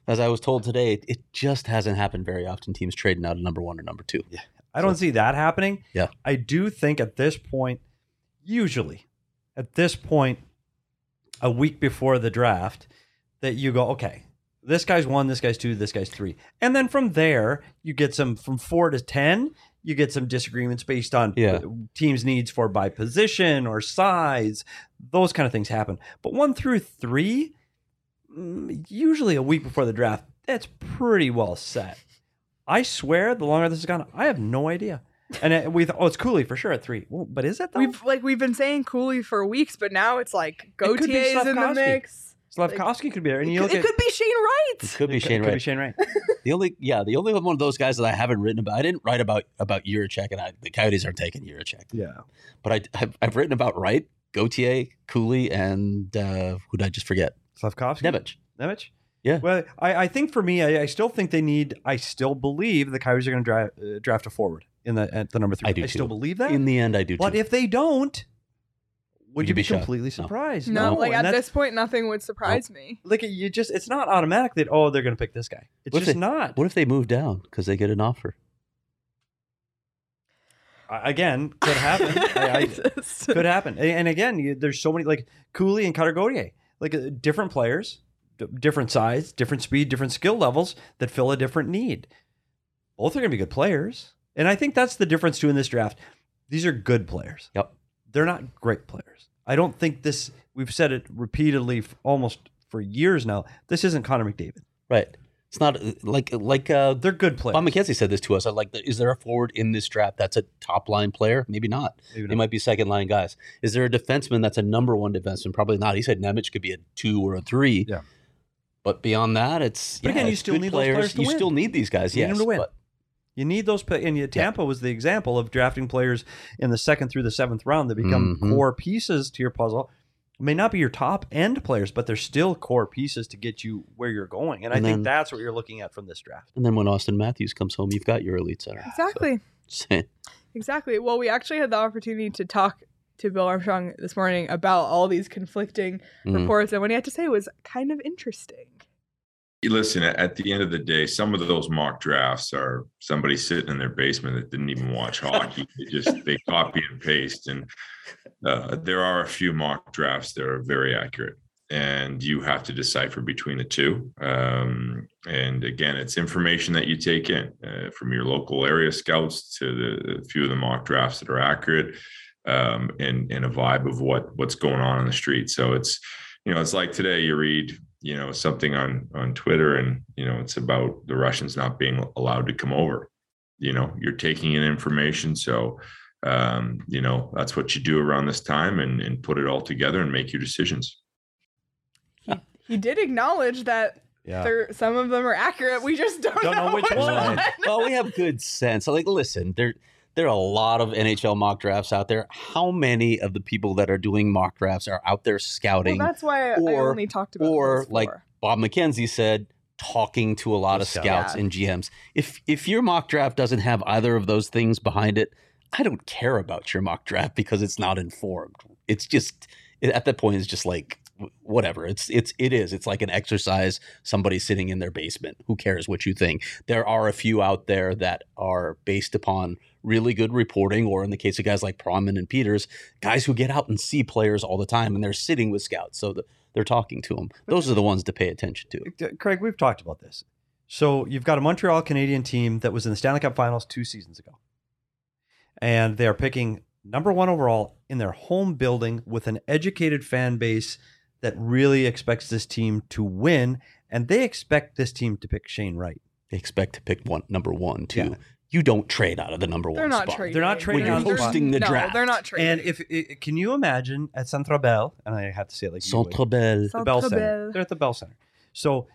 B: as I was told today, it, it just hasn't happened very often. Teams trading out of number one or number two. Yeah.
C: I don't see that happening.
B: Yeah.
C: I do think at this point, usually at this point, a week before the draft, that you go, okay, this guy's one, this guy's two, this guy's three. And then from there, you get some from four to 10, you get some disagreements based on uh,
B: Yeah.
C: teams' needs for by position or size. Those kind of things happen. But one through three, mm, usually a week before the draft, that's pretty well set. I swear, the longer this has gone, I have no idea. And it, we thought, oh, it's Cooley for sure at three. Well, but is it though?
A: We've like we've been saying Cooley for weeks, but now it's like
C: could be
A: Gautier's in the
C: Slavkovsky.
A: mix.
C: Slavkovsky could be there, and you
A: It
C: look
A: could,
C: at
A: be Shane
B: It
A: Wright.
B: could be Shane
C: could be
B: Wright.
C: Shane Wright.
B: The only, yeah, the only one of those guys that I haven't written about. I didn't write about about Juracek, and I, the Coyotes aren't taking Juracek.
C: yeah,
B: But I, I've, I've written about Wright, Gautier, Cooley, and uh, who did I just forget?
C: Slavkovsky.
B: Nemec.
C: Nemec?
B: Yeah.
C: Well, I, I think for me, I, I still think they need. I still believe the Coyotes are going to draft, uh, draft a forward in the at the number three.
B: I do
C: still
B: too.
C: believe that.
B: In the end, I do.
C: but
B: too.
C: if they don't, would
B: You'd
C: you be,
B: be shocked.
C: completely
B: No.
C: surprised?
A: No, like
C: and
A: at
C: that's-
A: this point, nothing would surprise me.
C: like you just, it's not automatic that oh they're going to pick this guy. It's
B: What if
C: just
B: they-
C: not.
B: what if they move down because they get an offer?
C: I- again, could happen. I- I-
A: Just-
C: could happen. A- And again, you, there's so many like Cooley and Cutter Gauthier, like uh, different players, d- different size, different speed, different skill levels that fill a different need. Both are going to be good players, and I think that's the difference too in this draft. These are good players.
B: Yep.
C: They're not great players. I don't think this. We've said it repeatedly, f- almost for years now. This isn't Connor McDavid.
B: Right. It's not uh, like like uh,
C: They're good players.
B: Bob McKenzie said this to us. I like, the, is there a forward in this draft that's a top line player? Maybe not.
C: Maybe
B: They
C: not.
B: might be second line guys. Is there a defenseman that's a number one defenseman? Probably not. He said Nemec could be a two or a three.
C: Yeah.
B: But beyond that, it's
C: But
B: yeah,
C: again, you
B: it's
C: still
B: good
C: need those players to
B: you
C: win.
B: still need these guys.
C: You need
B: yes,
C: them to win.
B: but-
C: You need those. pa- And yet Tampa was the example of drafting players in the second through the seventh round that become
B: Mhm.
C: core pieces to your puzzle. May not be your top end players, but they're still core pieces to get you where you're going. And, I
B: And
C: think
B: then-
C: that's what you're looking at from this draft.
B: and then when Austin Matthews comes home, you've got your elite center.
A: exactly.
B: So,
A: Exactly. Well, we actually had the opportunity to talk to Bill Armstrong this morning about all these conflicting
B: Mm.
A: reports, and what he had to say was kind of interesting.
D: listen at- at the end of the day some of those mock drafts are somebody sitting in their basement that didn't even watch hockey they just they copy and paste and uh, there are a few mock drafts that are very accurate and you have to decipher between the two um, and again it's information that you take in uh, from your local area scouts to the few of the mock drafts that are accurate um, and and a vibe of what what's going on in the street so it's you know, it's like today you read, you know, something on on Twitter, and you know, it's about the Russians not being allowed to come over. You know, you're taking in information, so um, you know that's what you do around this time, and and put it all together and make your decisions.
A: He did acknowledge that
C: Yeah.
A: there, some of them are accurate. We just don't,
C: Don't know which one.
B: well, we have good sense. Like, listen, there there are a lot of NHL mock drafts out there. How many of the people that are doing mock drafts are out there
A: Well,
B: scouting?
A: that's why I
B: or-
A: only talked about
B: or
A: those
B: like
A: four.
B: Bob McKenzie said, talking to a lot of
C: Scouts.
B: scouts
A: Yeah.
B: and GMs. If if your mock draft doesn't have either of those things behind it, I don't care about your mock draft because it's not informed. It's just it- at that point, it's just like wh- whatever. It's it's it is. It's like an exercise. Somebody sitting in their basement. Who cares what you think? There are a few out there that are based upon really good reporting, or in the case of guys like Promin and Peters, guys who get out and see players all the time, and they're sitting with scouts, so the, they're talking to them. Those are the ones to pay attention to.
C: Craig, we've talked about this. So you've got a Montreal Canadian team that was in the Stanley Cup Finals two seasons ago, and they are picking number one overall in their home building with an educated fan base that really expects this team to win, and they expect this team to pick Shane Wright
B: They expect to pick one number one, two.
F: Yeah.
B: You don't trade out of the number
A: They're
B: one
A: not
B: spot.
A: trading.
C: They're not trading
B: When
C: out of
B: you're
C: the
B: hosting the
A: no,
B: draft.
A: they're not trading.
C: And if i- can you imagine at Centre Bell, and I have to say it like you would,
B: Centre Bell.
C: the Bell
A: Centre
C: Center.
A: Bell.
C: They're at the Bell Center. So,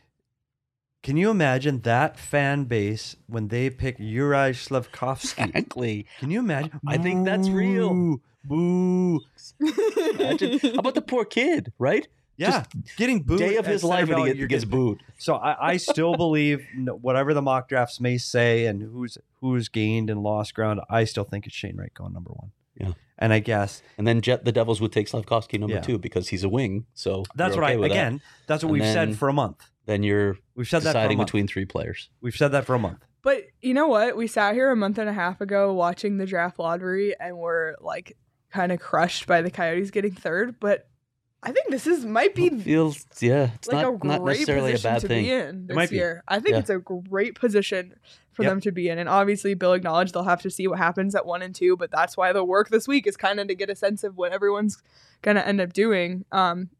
C: can you imagine that fan base when they pick Juraj Slavkovsky?
B: Exactly.
C: Can you imagine?
B: I think that's real.
C: Boo, Boo.
B: Imagine- How about the poor kid, right?
C: Yeah, getting booed.
B: Day of
C: at
B: his
C: Centre
B: life and
C: Bell,
B: he gets,
C: you're
B: gets
C: getting-
B: booed.
C: So I, I still believe no- whatever the mock drafts may say and who's who's gained and lost ground, I still think it's Shane Wright going number one.
B: Yeah.
C: And I guess
B: And then Jet the Devils would take Slavkovsky number
C: Yeah.
B: two because he's a wing. So
C: that's
B: you're
C: what
B: okay
C: I
B: with that.
C: again. That's what
B: And
C: we've
B: then-
C: said for a month.
B: Then you're
C: We've said that for a
B: deciding
C: month.
B: between three players.
C: We've said that for a month.
A: But you know what? We sat here a month and a half ago watching the draft lottery and were like kind of crushed by the Coyotes getting third. But I think this is might be
B: It feels yeah. It's
A: like a
B: not
A: great
B: not necessarily a
A: position
B: bad
A: to
B: thing.
A: be in this
C: might be.
A: year. I think
B: Yeah.
A: it's a great position for
C: Yep.
A: them to be in. And obviously, Bill acknowledged they'll have to see what happens at one and two. But that's why the work this week is kind of to get a sense of what everyone's going to end up doing. Um,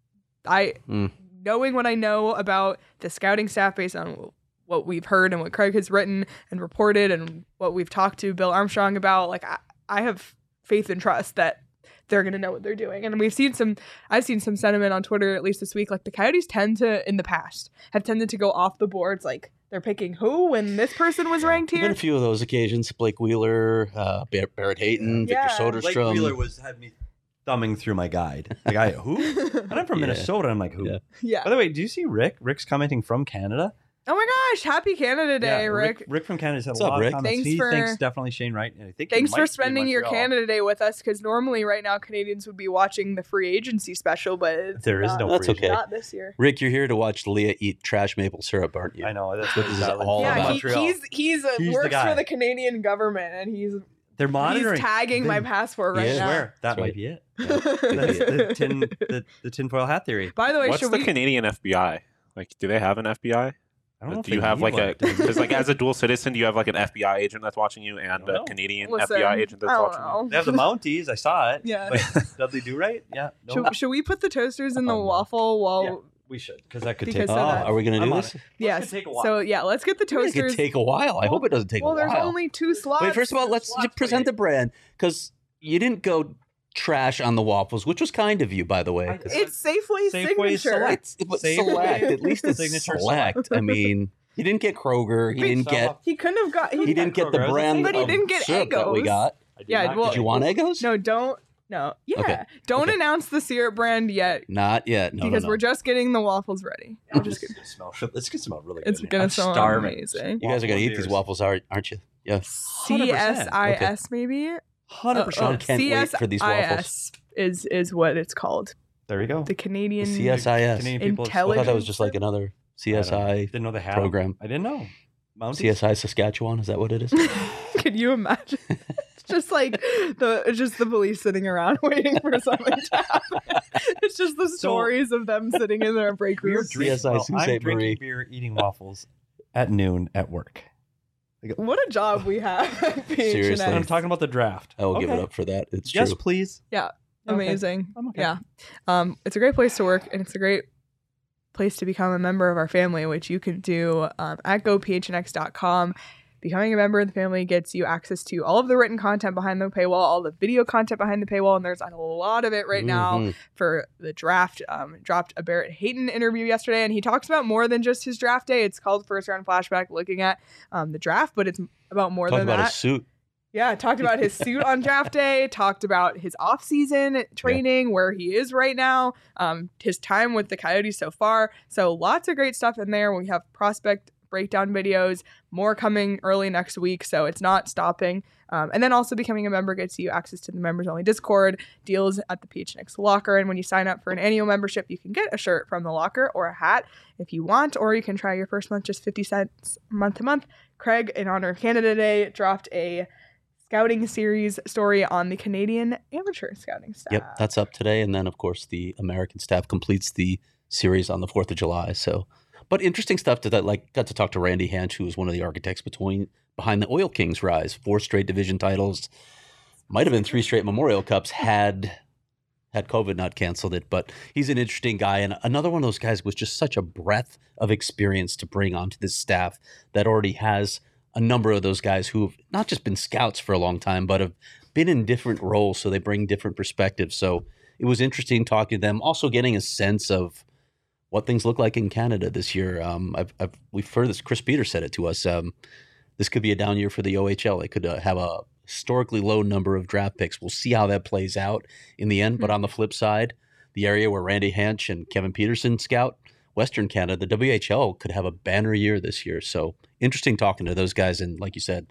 A: I
B: Mm.
A: knowing what I know about the scouting staff based on what we've heard and what Craig has written and reported and what we've talked to Bill Armstrong about. Like I, I have faith and trust that they're going to know what they're doing. And we've seen some, I've seen some sentiment on Twitter, at least this week, like the Coyotes tend to, in the past, have tended to go off the boards. Like they're picking who when this person was ranked
B: There've been a
A: here.
B: few of those occasions. Blake Wheeler, uh, Bar- Barrett Hayton,
A: Yeah.
B: Victor
C: Blake
B: Soderstrom.
C: Wheeler was had me thumbing through my guide. Like I who? And I'm from
B: Yeah.
C: Minnesota. I'm like who?
B: Yeah.
A: yeah.
C: By the way, do you see Rick? Rick's commenting from Canada.
A: Oh my gosh. Happy Canada Day,
C: Yeah,
A: Rick.
C: Rick. from Canada's had
B: What's
C: a
B: up,
C: lot
B: Rick?
C: of comments.
A: Thanks
C: he
A: for-
C: thinks definitely Shane Wright. And I think he
A: Thanks
C: might be
A: for
C: in
A: spending your
C: Montreal.
A: Canada Day with us because normally, right now, Canadians would be watching the free agency special, but it's
C: There is
A: not-
C: no
B: That's
C: free
B: okay.
A: Not this year.
B: Rick, you're here to watch Leah eat trash maple syrup, aren't you?
C: I know. That's
B: What
C: what
B: this is
C: exactly.
B: all
A: yeah,
B: about.
A: he, he's he's, a,
C: Oh, He's the
A: works
C: guy.
A: for the Canadian government, and he's
C: They're monitoring.
A: he's tagging my
C: They-
A: passport
B: Yeah.
A: right
C: I
A: now.
C: swear that
B: That's
C: might
B: right.
C: be it.
B: That's
C: That's the tin the, the tinfoil hat theory.
A: By the way,
E: What's the
A: should we?
E: Canadian FBI? Like, do they have an FBI?
C: I don't know. if
E: do
C: they
E: you have like
C: need one.
E: a because like as a dual citizen, do you have like an FBI agent that's watching you and
C: don't know.
E: a Canadian
A: listen,
E: FBI agent that's
A: I don't
E: watching you?
A: know.
C: They have the Mounties. I saw it.
A: Yeah.
C: But Dudley Do Right. Yeah. No,
A: should, should we put the toasters in the
C: Oh, no.
A: waffle while?
C: Yeah. we should because that could take.
A: Because
B: Oh,
A: So that-
B: are we going to
C: I'm
B: do
C: on
B: this?
C: Well, it could
A: Yes.
C: take a while.
A: So yeah, let's get the
B: It could
A: toasters.
B: take a while. I hope it doesn't take
A: well,
B: a
A: there's
B: while.
A: only two slots.
B: Wait, first of all, let's
A: Slots,
B: present
A: wait.
B: the brand because you didn't go trash on the waffles, which was kind of you, by the way.
C: I-
B: 'cause
A: It's Safeway,
C: Safeway
A: signature.
C: Select.
B: it's- but
C: Same
B: select. At least it's
C: Signature
B: select. I mean, you didn't get Kroger. You didn't get.
A: He couldn't have
C: Oh,
A: got. He,
B: He didn't get the
C: Kroger.
B: brand
A: But he
B: of
A: didn't get
B: syrup that we
A: Eggos.
B: got.
A: Yeah, well-
B: Did you want Eggos?
A: No, don't. No. Yeah.
B: Okay.
A: Don't
B: Okay.
A: announce the syrup brand yet
B: Not yet. No, no,
A: because
B: no.
A: we're just getting the waffles ready.
C: I'm just gonna smell. It's gonna smell really good.
A: It's
C: in here.
A: gonna
C: I'm
A: smell
C: starving.
A: amazing.
B: You guys are gonna eat these
C: Waffle
B: waffles, aren't aren't you? Yeah.
A: CSIS
B: 100%.
A: maybe. Uh,
C: Hundred
A: uh,
B: I
C: percent.
B: can't wait for these waffles.
A: CSIS Is is what it's called.
C: There you go.
A: The Canadian.
B: CSIS.
C: Canadian people have
B: I
C: split
B: thought that
C: it.
B: was just like another
C: I
B: CSI
C: didn't know they had 'em.
B: program.
C: I didn't know. Mounties.
B: CSI Saskatchewan. Is that what it is?
A: Can you imagine? It's just like the it's just the police sitting around waiting for something to happen. It's just the stories of them sitting in their break
C: We're
A: rooms.
C: drinking.
B: CSI
C: well, I'm
B: Sault Ste. Marie.
C: drinking beer, eating waffles at noon at work.
A: What a job we have at PHNX.
B: Seriously.
C: And I'm talking about the draft.
B: I will give it
C: Okay.
B: up for that. It's
C: yes,
B: true.
C: please. Okay.
A: Amazing.
C: I'm okay.
A: Yeah. Um, it's a great place to work and it's a great place to become a member of our family, which you can do um, at gophnx.com. Becoming a member of the family gets you access to all of the written content behind the paywall, all the video content behind the paywall, and there's a lot of it right now
B: Mhm.
A: for the draft. Um, dropped a Barrett Hayton interview yesterday, and he talks about more than just his draft day. It's called First Round Flashback, looking at um, the draft, but it's about more
B: Talk
A: than
B: about
A: that.
B: a suit.
A: Yeah, talked about his suit on draft day, talked about his off-season training, where he is right now, um, his time with the Coyotes so far. So lots of great stuff in there. We have prospect breakdown videos, more coming early next week, so it's not stopping. Um, and then also becoming a member gets you access to the members-only Discord, deals at the PHNX locker, and when you sign up for an annual membership, you can get a shirt from the locker or a hat if you want, or you can try your first month just 50 cents month to month. Craig, in honor of Canada Day, dropped a scouting series story on the Canadian amateur scouting staff.
B: Yep, that's up today. And then, of course, the American staff completes the series on the Fourth of July. So, but interesting stuff to that. Like, got to talk to Randy Hanch, who was one of the architects between behind the Oil Kings rise, four straight division titles, might have been three straight Memorial Cups had had COVID not canceled it. But he's an interesting guy. And another one of those guys with just such a breadth of experience to bring onto this staff that already has a number of those guys who've not just been scouts for a long time, but have been in different roles. So they bring different perspectives. So it was interesting talking to them, also getting a sense of what things look like in Canada this year. Um, I've, I've, we've heard this. Chris Peter said it to us. Um, this could be a down year for the OHL. They could uh, have a historically low number of draft picks. We'll see how that plays out in the end. But
A: Hmm.
B: on the flip side, the area where Randy Hanch and Kevin Peterson scout Western Canada, the WHL could have a banner year this year. So interesting talking to those guys. And like you said,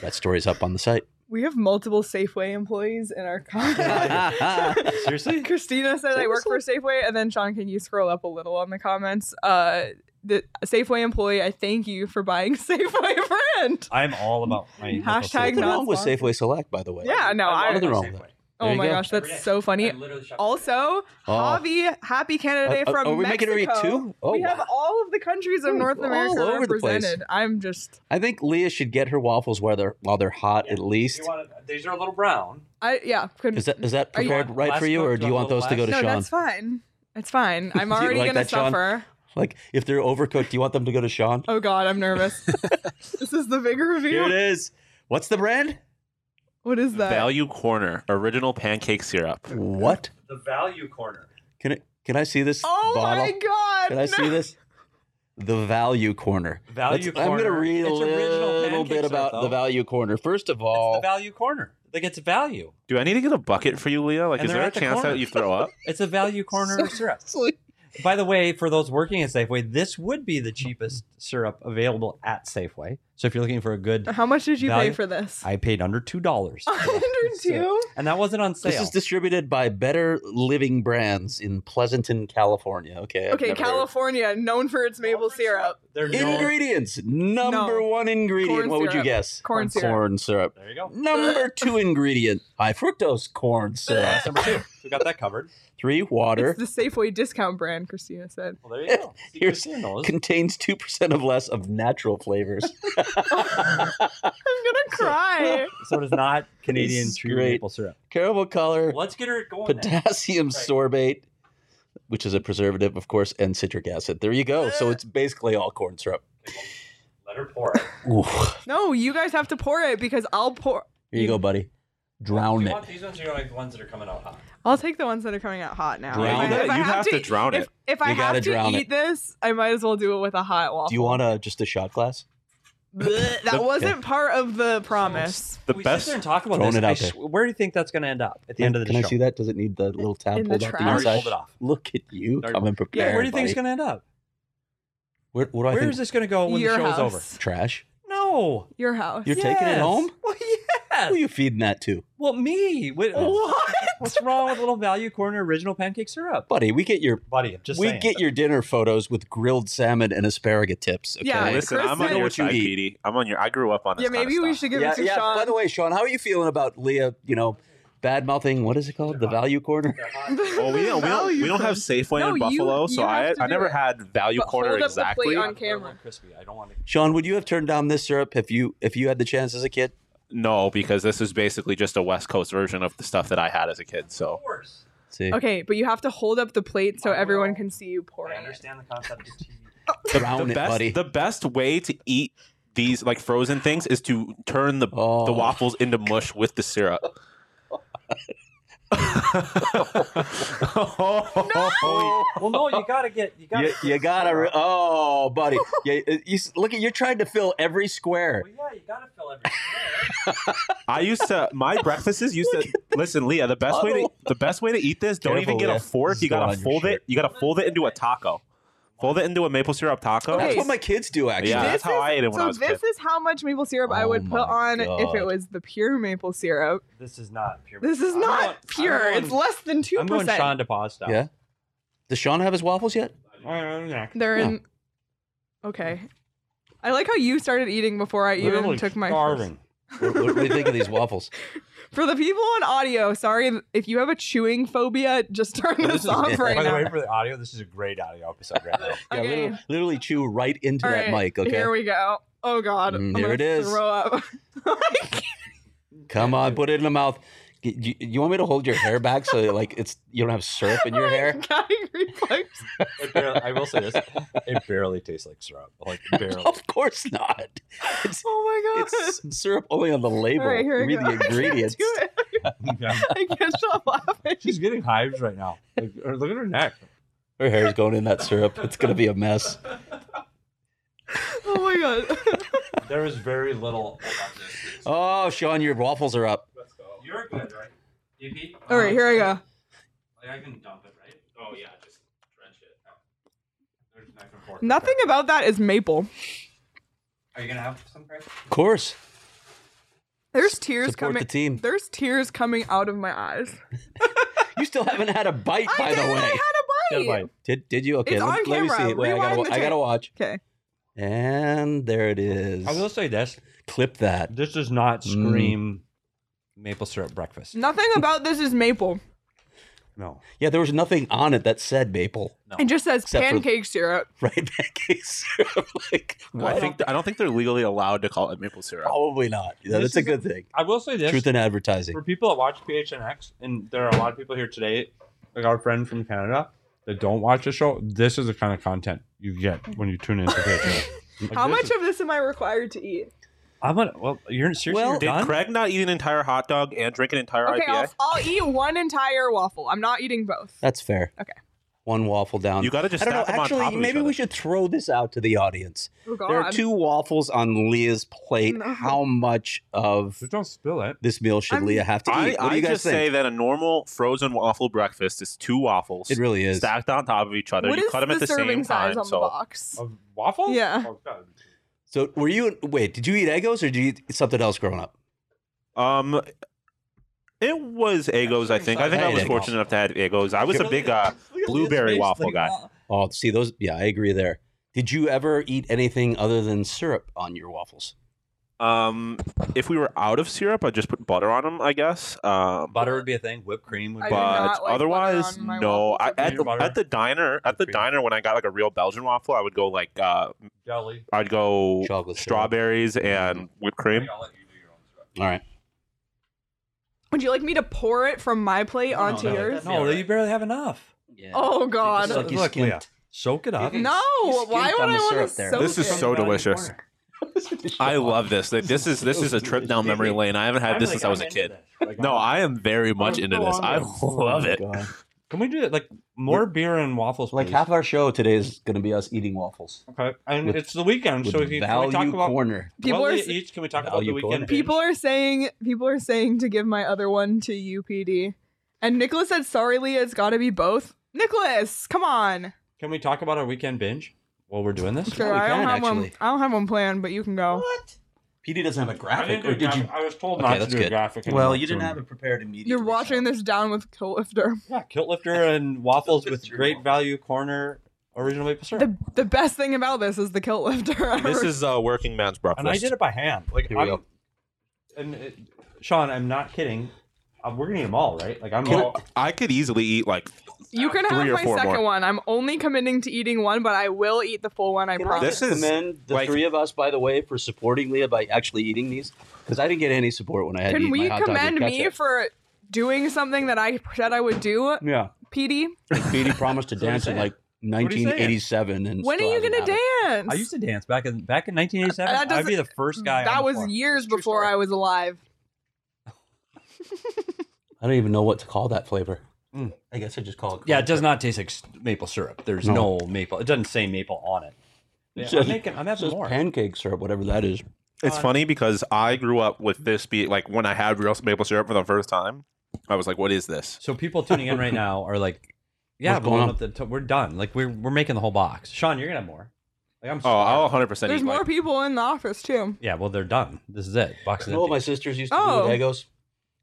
B: that story's up on the site.
A: We have multiple Safeway employees in our comments.
C: Seriously?
A: Christina said I work for Safeway, and then Sean, can you scroll up a little on the comments? Uh, the Safeway employee, I thank you for buying Safeway brand.
C: I'm all about my local
A: Hashtag
C: Safeway.
B: Nothing wrong with
A: sponsored.
B: Safeway Select, by the way.
A: Yeah, no, I.
B: Nothing wrong with that. There
A: Oh
B: you
A: my
B: go.
A: gosh, that's so funny. Also, Javi, happy Canada Day
B: Oh. Uh, uh,
A: from
B: are we making
A: Mexico.
B: it read two? Oh,
A: we have
B: wow.
A: all of the countries of
B: Dude,
A: North
B: all
A: America
B: over the place.
A: represented. I'm just,
B: I think Leah should get her waffles while they're while they're hot at least.
C: these are a little brown.
A: I yeah. Could,
B: Is that is that
A: Are you-
B: prepared right for
C: Last
B: you,
C: cooked,
B: or
C: do
B: do
C: you
B: you want
C: want a
B: those to go
C: little
B: to
A: no,
B: Sean?
A: Oh, that's fine. It's fine. I'm already
B: like
A: gonna
B: that, Sean?
A: suffer.
B: Like if they're overcooked, do you want them to go to Sean?
A: Oh god, I'm nervous. this is the big
B: Here it
A: reveal.
B: is. What's the brand?
A: What is that?
E: Value Corner, original pancake syrup.
B: What?
C: The value corner.
B: Can I can I see this
A: Oh
B: bottle?
A: my god.
B: Can I see
A: no.
B: this? The value corner.
C: Value
B: Let's- I'm gonna
C: corner.
B: read a
C: It's original
B: little
C: pancake
B: bit
C: syrup,
B: about the
C: though.
B: value corner. First of
C: It's the
B: all,
C: value corner. Like it's value.
E: Do I need to get a bucket for you, Leah? Like,
C: And
E: is
C: they're
E: there a
C: at the
E: chance
C: corner.
E: that you throw up?
C: It's a value corner syrup. By the way, for those working at Safeway, this would be the cheapest syrup available at Safeway. So if you're looking for a good,
A: How much did you
C: Value-
A: pay for this?
C: I paid under two dollars,
A: Hundred two.
C: and that wasn't on sale.
B: this is distributed by Better Living Brands in Pleasanton, California. Okay. I've
A: Okay,
B: never heard of
A: California, known for its maple syrup.
C: They're
B: it.
C: known-
B: Ingredients. Number
A: No.
B: one ingredient.
A: Corn
B: what would you
A: syrup.
B: guess?
A: Corn syrup.
B: Corn syrup.
C: There you go.
B: Number two ingredient, high fructose corn syrup.
C: That's number two. We got that covered.
B: Three, water.
A: It's the Safeway discount brand, Christina said.
B: Oh,
C: Well, there you go. See, you're
B: Here's-
C: seeing those.
B: Contains 2% of less of natural flavors.
A: I'm gonna cry.
C: So it is not Canadian
B: This is
C: true
B: great.
C: maple syrup.
B: Caramel color,
C: Let's get her going. then.
B: potassium
C: Right.
B: sorbate, which is a preservative, of course, and citric acid. There you go. So it's basically all corn syrup.
C: Let her pour it.
B: Ooh,
A: no, you guys have to pour it because I'll pour.
B: here you go, buddy.
C: Do
B: Drown
C: you
B: it.
C: want these ones or you want the ones that are coming out hot?
A: I'll take the ones that are coming out hot now.
B: Drown
A: If I-
B: it.
A: if I
E: You have to
A: eat-
E: drown
A: if,
E: it.
A: If I
B: You
A: have
B: gotta
A: to
B: drown
A: eat
B: it.
A: this, I might as well do it with a hot waffle.
B: Do you want a, just a shot glass?
A: Bleh, that wasn't part of the promise.
E: The
C: we
E: best.
C: sit there and talk about
B: Throwing
C: this.
B: it out
C: I
B: there.
C: sw- where do you think that's going to end up at the end of the
B: Can
C: show?
B: I see that? Does it need the little tab
A: In the
B: pulled out the
A: trash.
C: Already
B: inside?
C: pulled it off.
B: Look at you
C: Already-
B: coming prepared.
C: Yeah, where do you think it's
B: buddy.
C: going to end up?
B: Where, what do I
C: Where
B: think?
C: is this going to go when
A: Your
C: the show's
A: house.
C: over?
B: Trash.
C: No.
A: Your house.
B: You're taking it
C: Yes.
B: home?
C: Well,
B: Who are
C: yes.
B: you Oh. feeding that to?
C: Well, me. Wait, what? What's wrong with little value corner original pancake syrup?
B: Buddy, we get your
C: Buddy, I'm just
B: we
C: saying.
B: get your dinner photos with grilled salmon and asparagus tips. Okay?
A: Yeah,
E: Listen,
A: Chris
E: I'm on
A: said-
E: your
B: What you
E: side,
B: eat.
E: Petey. I'm on your. I grew up on this.
A: yeah, maybe we should give
B: yeah,
A: it to
B: yeah.
A: Sean.
B: By the way, Sean, how are you feeling about Leah? You know, bad mouthing. What is it called? The value corner.
E: Well, we don't. We don't, we don't have Safeway
A: No,
E: in
A: you-
E: Buffalo,
A: you
E: so
A: have
E: I.
A: to
E: I
A: do
E: never
A: it.
E: had Value
A: But
E: Corner
A: hold up the plate
E: exactly.
A: on camera.
C: crispy. I don't want to.
B: Sean, would you have turned down this syrup if you if you had the chance as a kid?
E: No, because this is basically just a West Coast version of the stuff that I had as a kid. So
C: Of course.
B: See,
A: Okay, but you have to hold up the plate so
C: I will.
A: everyone can see you
C: I
A: pouring. it.
C: understand the concept of TV.
B: drown
E: the
B: it,
E: best,
B: buddy.
E: the best way to eat these like frozen things is to turn the
B: Oh.
E: the waffles into mush with the syrup.
C: Well, no, you got to get. You got
B: you, you gotta. Re- oh, buddy, you, you, look at you're trying to fill every square.
C: Well, yeah, you got to fill every.
E: I used to my breakfasts used to listen, Leah. The best way to the best way to eat this. Don't
B: Careful,
E: even get
B: Leah.
E: a
B: This
E: fork.
B: is
E: You
B: going
E: gotta
B: on your
E: fold
B: shirt.
E: it. You gotta fold it into a taco. Fold it into a maple syrup taco.
A: Okay.
B: That's what my kids do actually.
E: Yeah,
A: This
E: that's how
A: is-
E: I ate it when
A: so
E: I was a
A: this
E: kid.
A: is how much maple syrup I
B: Oh
A: would put
B: my
A: on if it
B: God.
A: was the pure maple syrup.
C: This is not pure.
A: This is
C: I'm
A: not
C: going- I'm
A: pure.
C: going-
A: it's less than two
C: I'm going Sean
A: percent.
C: to pasta.
B: Yeah. Does Sean have his waffles yet?
A: They're
B: Yeah.
E: Mm.
A: in. Okay. I like how you started eating before I even took my
C: starving.
B: what, what do you think of these waffles?
A: For the people on audio, sorry if you have a chewing phobia, just turn this off right
C: By the
A: now.
C: way, for the audio, this is a great audio episode right now.
B: Yeah,
A: Okay.
B: literally, literally chew right into
A: All
B: that
A: right,
B: mic. Okay,
A: Here we go. Oh God.
B: Mm,
A: I'm
B: there
A: gonna
B: it is.
A: Throw up.
B: come on, put it in the mouth. Y- You, you want me to hold your hair back so like it's you don't have syrup in your hair?
A: Gag reflex.
F: It barely, I will say this: it barely tastes like syrup. Like barely.
C: Oh
B: Of course not. It's,
A: Oh my god.
B: it's syrup only on the label.
A: All right, here we
B: Read
A: go.
B: the ingredients.
A: I can't, do it.
F: Yeah.
A: I can't stop laughing.
F: She's getting hives right now. Like, or look at her neck.
B: Her hair's going in that syrup. It's gonna be a mess.
A: Oh my god.
C: There is very little.
B: Oh, Sean, your waffles are up.
C: You're good, right? You keep,
A: All right, here I go.
C: I can dump it, right? Oh yeah, just drench it. There's back and forth.
A: Nothing about that is maple.
C: Are you gonna have some, Chris?
B: Of course.
A: There's tears
B: Support
A: coming.
B: the team.
A: There's tears coming out of my eyes.
B: You still haven't had a bite, by
A: I
B: the
A: did.
B: way.
A: I had a bite.
B: Did did you? Okay,
A: It's
B: let,
A: on
B: let me
A: camera.
B: see. Wait, I
A: Rewind
B: gotta, wa-
A: the
B: I gotta
A: tape.
B: watch.
A: Okay.
B: And there it is.
C: I will say this:
B: Clip that.
C: this does not scream maple syrup breakfast.
A: Nothing about this is maple.
C: No,
B: Yeah, there was nothing on it that said maple,
A: It just says
B: Except for-
A: pancake syrup.
B: right? Pancake syrup. like, what?
E: I think I don't think they're legally allowed to call it maple syrup.
B: probably not. Yeah,
C: This
B: that's a
C: is
B: good thing.
C: I will say this:
B: Truth in advertising.
C: for people that watch PHNX, and there are a lot of people here today, like our friend from Canada, that don't watch the show. This is the kind of content you get when you tune into PHNX. Like,
A: How
C: this
A: much
C: is-
A: of this am I required to eat?
C: I'm gonna. Well, you're seriously
B: Well-
C: you're
E: Did
C: done?
E: Craig not eat an entire hot dog and drink an entire
A: Okay,
E: IPA?
A: I'll, I'll eat one entire waffle. I'm not eating both.
B: That's fair.
A: Okay.
B: One waffle down.
E: You gotta just
B: I don't know.
E: stack them on
B: Actually,
E: top of each
B: maybe we
E: other.
B: should throw this out to the audience.
A: Oh God.
B: There are two waffles on Leah's plate.
A: No.
B: How much of
C: Just don't spill it.
B: this meal should
A: I'm-
B: Leah have to
E: I,
B: eat? What do
E: I
B: you guys
E: just
B: think?
E: say that a normal frozen waffle breakfast is two waffles
B: it really is.
E: stacked on top of each other.
A: What
E: you
A: is
E: cut them
A: the
E: at the same
A: serving size
E: time.
A: on
E: so
A: the box?
C: Of waffles?
A: Yeah.
C: Oh, God.
B: So, were you? Wait, did you eat Eggos or did you eat something else growing up?
E: Um, it was Egos. I think. I think
B: I
E: I
B: ate
E: was
B: Eggos.
E: fortunate enough to have Egos. I was a big uh, blueberry waffle guy.
A: uh,
B: Oh, see those. Yeah, I agree there. Did you ever eat anything other than syrup on your waffles?
E: Um, if we were out of syrup, I'd just put butter on them. I guess. Um,
C: Butter would be a thing. Whipped cream would
A: I
C: be.
A: do not
E: but
A: like butter
E: otherwise,
A: on my
E: no.
A: waffles.
E: I, at,
C: Peanut
E: the,
C: butter.
E: at the diner, at the
C: Cream.
E: diner, when I got like a real Belgian waffle, I would go like uh,
C: jelly.
E: I'd go
B: Chocolate syrup.
E: strawberries and whipped cream.
C: I'll let you do your own stuff.
B: All right.
A: Would you like me to pour it from my plate onto
C: no,
A: yours?
C: No, you barely have enough.
B: Yeah.
A: Oh God.
B: Just like you
C: Look, Leah,
B: skimped.
C: soak it up.
A: No, why would I want to soak
E: This is
A: it?
E: so delicious. I love this. This is this is a trip down memory lane. I haven't had this since I was a kid. No, I am very much into this. I love it.
C: Can we do it like more beer and waffles?
B: Like
C: please?
B: half our show today is going to be us eating waffles.
C: Okay, and
B: With-
C: it's the weekend,
B: With
C: so we can, can we
B: value
C: talk about
B: corner.
A: People
C: well,
A: are
C: we
A: s-
C: each. Can we talk about
B: Value
C: the weekend?
B: corner.
C: binge?
A: People are saying people are saying to give my other one to UPD. And Nicholas said, sorry, Leah, it's gotta be both. Nicholas, come on.
C: Can we talk about our weekend binge while we're doing this?
A: Sure,
B: we
A: I don't
B: can,
A: have one
B: actually.
A: I don't have one planned, but you can go.
B: PD doesn't have a
C: I
B: graphic,
C: didn't
B: or
C: do
B: did
C: graphic.
B: you?
C: I was told
B: Okay,
C: not to
B: that's
C: do a
B: good.
C: graphic. and
B: Well,
C: not
B: you didn't
C: to-
B: have it prepared immediately.
A: You're watching this down with Kill Lifter.
C: Yeah, kilt lifter and waffles with great value corner original maple syrup.
A: The the best thing about this is the Kilt Lifter. ever.
E: This is
A: uh,
E: a working man's breakfast.
C: and I did it by hand. Like
B: Here we
C: I'm-
B: go.
C: And it, Sean, I'm not kidding. Uh, we're gonna eat them all, right? Like I'm all.
E: I could easily eat like
A: you can
E: three
A: have
E: or
A: my
E: four
A: second
E: more.
A: one. I'm only committing to eating one, but I will eat the full one. I
B: Can I
E: This
A: promise.
B: just
E: is,
B: commend the
E: like-
B: three of us, by the way, for supporting Leah by actually eating these? Because I didn't get any support when I had. to
A: Can
B: eat my
A: we
B: hot dog with
A: commend me
B: ketchup.
A: for doing something that I said I would do,
B: Yeah,
A: PD?
B: PD promised to
C: what I'm
B: dance in
C: saying.
B: like
C: what he's saying.
B: 1987, and
A: When are
B: still
A: you
B: hasn't
A: gonna
B: had it.
A: dance?
C: I used to dance back in back in 1987.
A: That
C: I'd be the first guy. on
A: that
C: the
A: was
C: floor.
A: years before I was alive.
B: I don't even know what to call that flavor.
C: Mm.
B: Hmm, I guess I just call it.
C: Yeah, it does not taste like s- maple syrup. There's no,
B: No.
C: maple. It doesn't say maple on it. Yeah,
B: says-
C: I'm, making, I'm
B: It's
C: having
B: just
C: more.
B: pancakes or whatever that is.
E: It's funny because I grew up with this be like when I had real maple syrup for the first time, I was like, "What is this?"
C: so people tuning in right now are like, "Yeah,
B: What's
C: blowing
B: going
C: up the to- we're done. Like we're we're making the whole box." Sean, you're gonna have more. Like I'm.
E: Oh, I'll
C: starving.
E: 100 percent
A: There's
E: eat
A: more
E: like,
A: people in the office too.
C: Yeah, well they're done. This is it. Box is
B: You know what
C: empty.
B: my sisters used to do
A: Oh.
B: with Egos?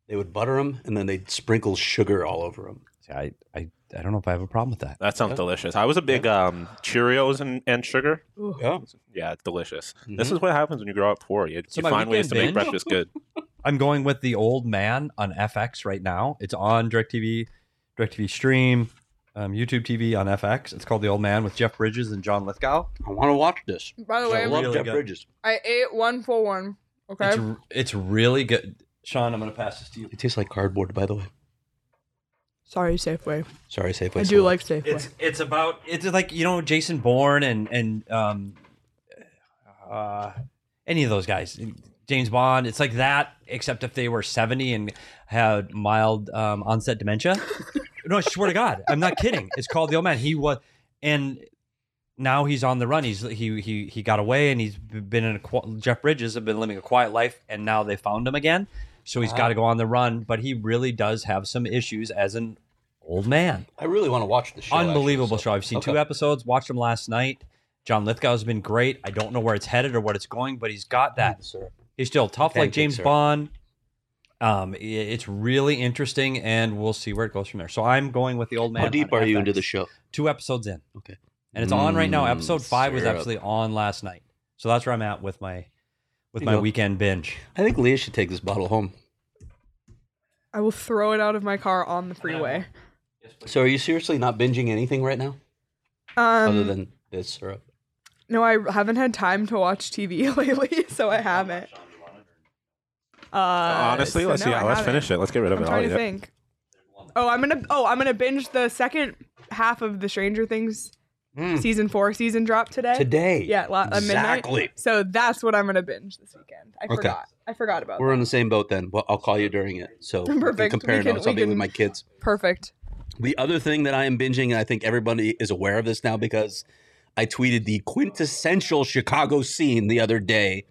B: They would butter them and then they'd sprinkle sugar all over them.
C: See, I, I I don't know if I have a problem with that.
E: That sounds delicious. I was a big um, Cheerios and, and sugar.
B: Yeah.
E: Yeah, it's delicious. This is what happens when you grow up poor. You,
C: So
E: you
C: my
E: find ways to
C: weekend
E: make breakfast
C: binge-
E: good.
C: I'm going with the old man on FX right now. It's on DirecTV, DirecTV stream, um, YouTube TV on FX. It's called The Old Man with Jeff Bridges and John Lithgow.
B: I want to watch this.
A: By the
C: Yeah,
B: I
A: way,
C: well-
B: love
C: Really
B: Jeff
C: good.
B: Bridges.
A: I ate one full one. Okay.
C: It's it's really good. Sean, I'm going to pass this to you.
B: It tastes like cardboard, by the way.
A: Sorry, Safeway.
B: Sorry, Safeway.
A: I do
B: sold
A: like
B: it.
A: Safeway.
C: It's it's about it's like you know Jason Bourne and and um, uh, any of those guys, James Bond. It's like that, except if they were seventy and had mild um, onset dementia. no, I swear to God, I'm not kidding. It's called The Old Man. He was, and now he's on the run. He's he he he got away and he's been in a qu- Jeff Bridges have been living a quiet life, and now they found him again. So he's got to go on the run, but he really does have some issues as an old man.
B: I really want to watch the show. actually,
C: Unbelievable
B: so-
C: show. I've seen two
B: Okay.
C: episodes, watched him last night. John Lithgow's been great. I don't know where it's headed or what it's going, but he's got that.
B: Sir.
C: He's still tough
B: Thank
C: like
B: you,
C: James
B: sir.
C: Bond. Um, i- it's really interesting, and we'll see where it goes from there. So I'm going with the old man.
B: How deep
C: on
B: are you
C: FX.
B: into the show?
C: Two episodes in.
B: Okay.
C: and it's on right now.
B: Mm,
C: Episode five was
B: syrup.
C: actually on last night, so that's where I'm at with my with
B: There you
C: my
B: go.
C: weekend binge.
B: I think Leah should take this bottle home.
A: I will throw it out of my car on the freeway.
B: So, are you seriously not binging anything right now other
A: Um,
B: than this syrup?
A: no, I haven't had time to watch TV lately, so I haven't. Uh,
E: Honestly,
A: so
E: let's
A: no,
E: see.
A: I
E: Let's
A: haven't.
E: finish it. Let's get rid of
A: I'm
E: it. I'll
A: trying
E: eat
A: to
E: it.
A: think. Oh, I'm gonna. Oh, I'm gonna binge the second half of the Stranger Things season four season drop today.
B: Hmm. Today.
A: Yeah, la- uh, midnight.
B: Exactly.
A: So that's what I'm gonna binge this weekend. I
B: Okay.
A: forgot. I forgot about
B: We're
A: that.
B: on the same boat then. Well, I'll call you during it. So, we can
A: Perfect. We
B: compare
A: can-
B: notes. I'll
A: we
B: be with
A: can-
B: my kids.
A: Perfect.
B: The other thing that I am binging, and I think everybody is aware of this now because I tweeted the quintessential Chicago scene the other day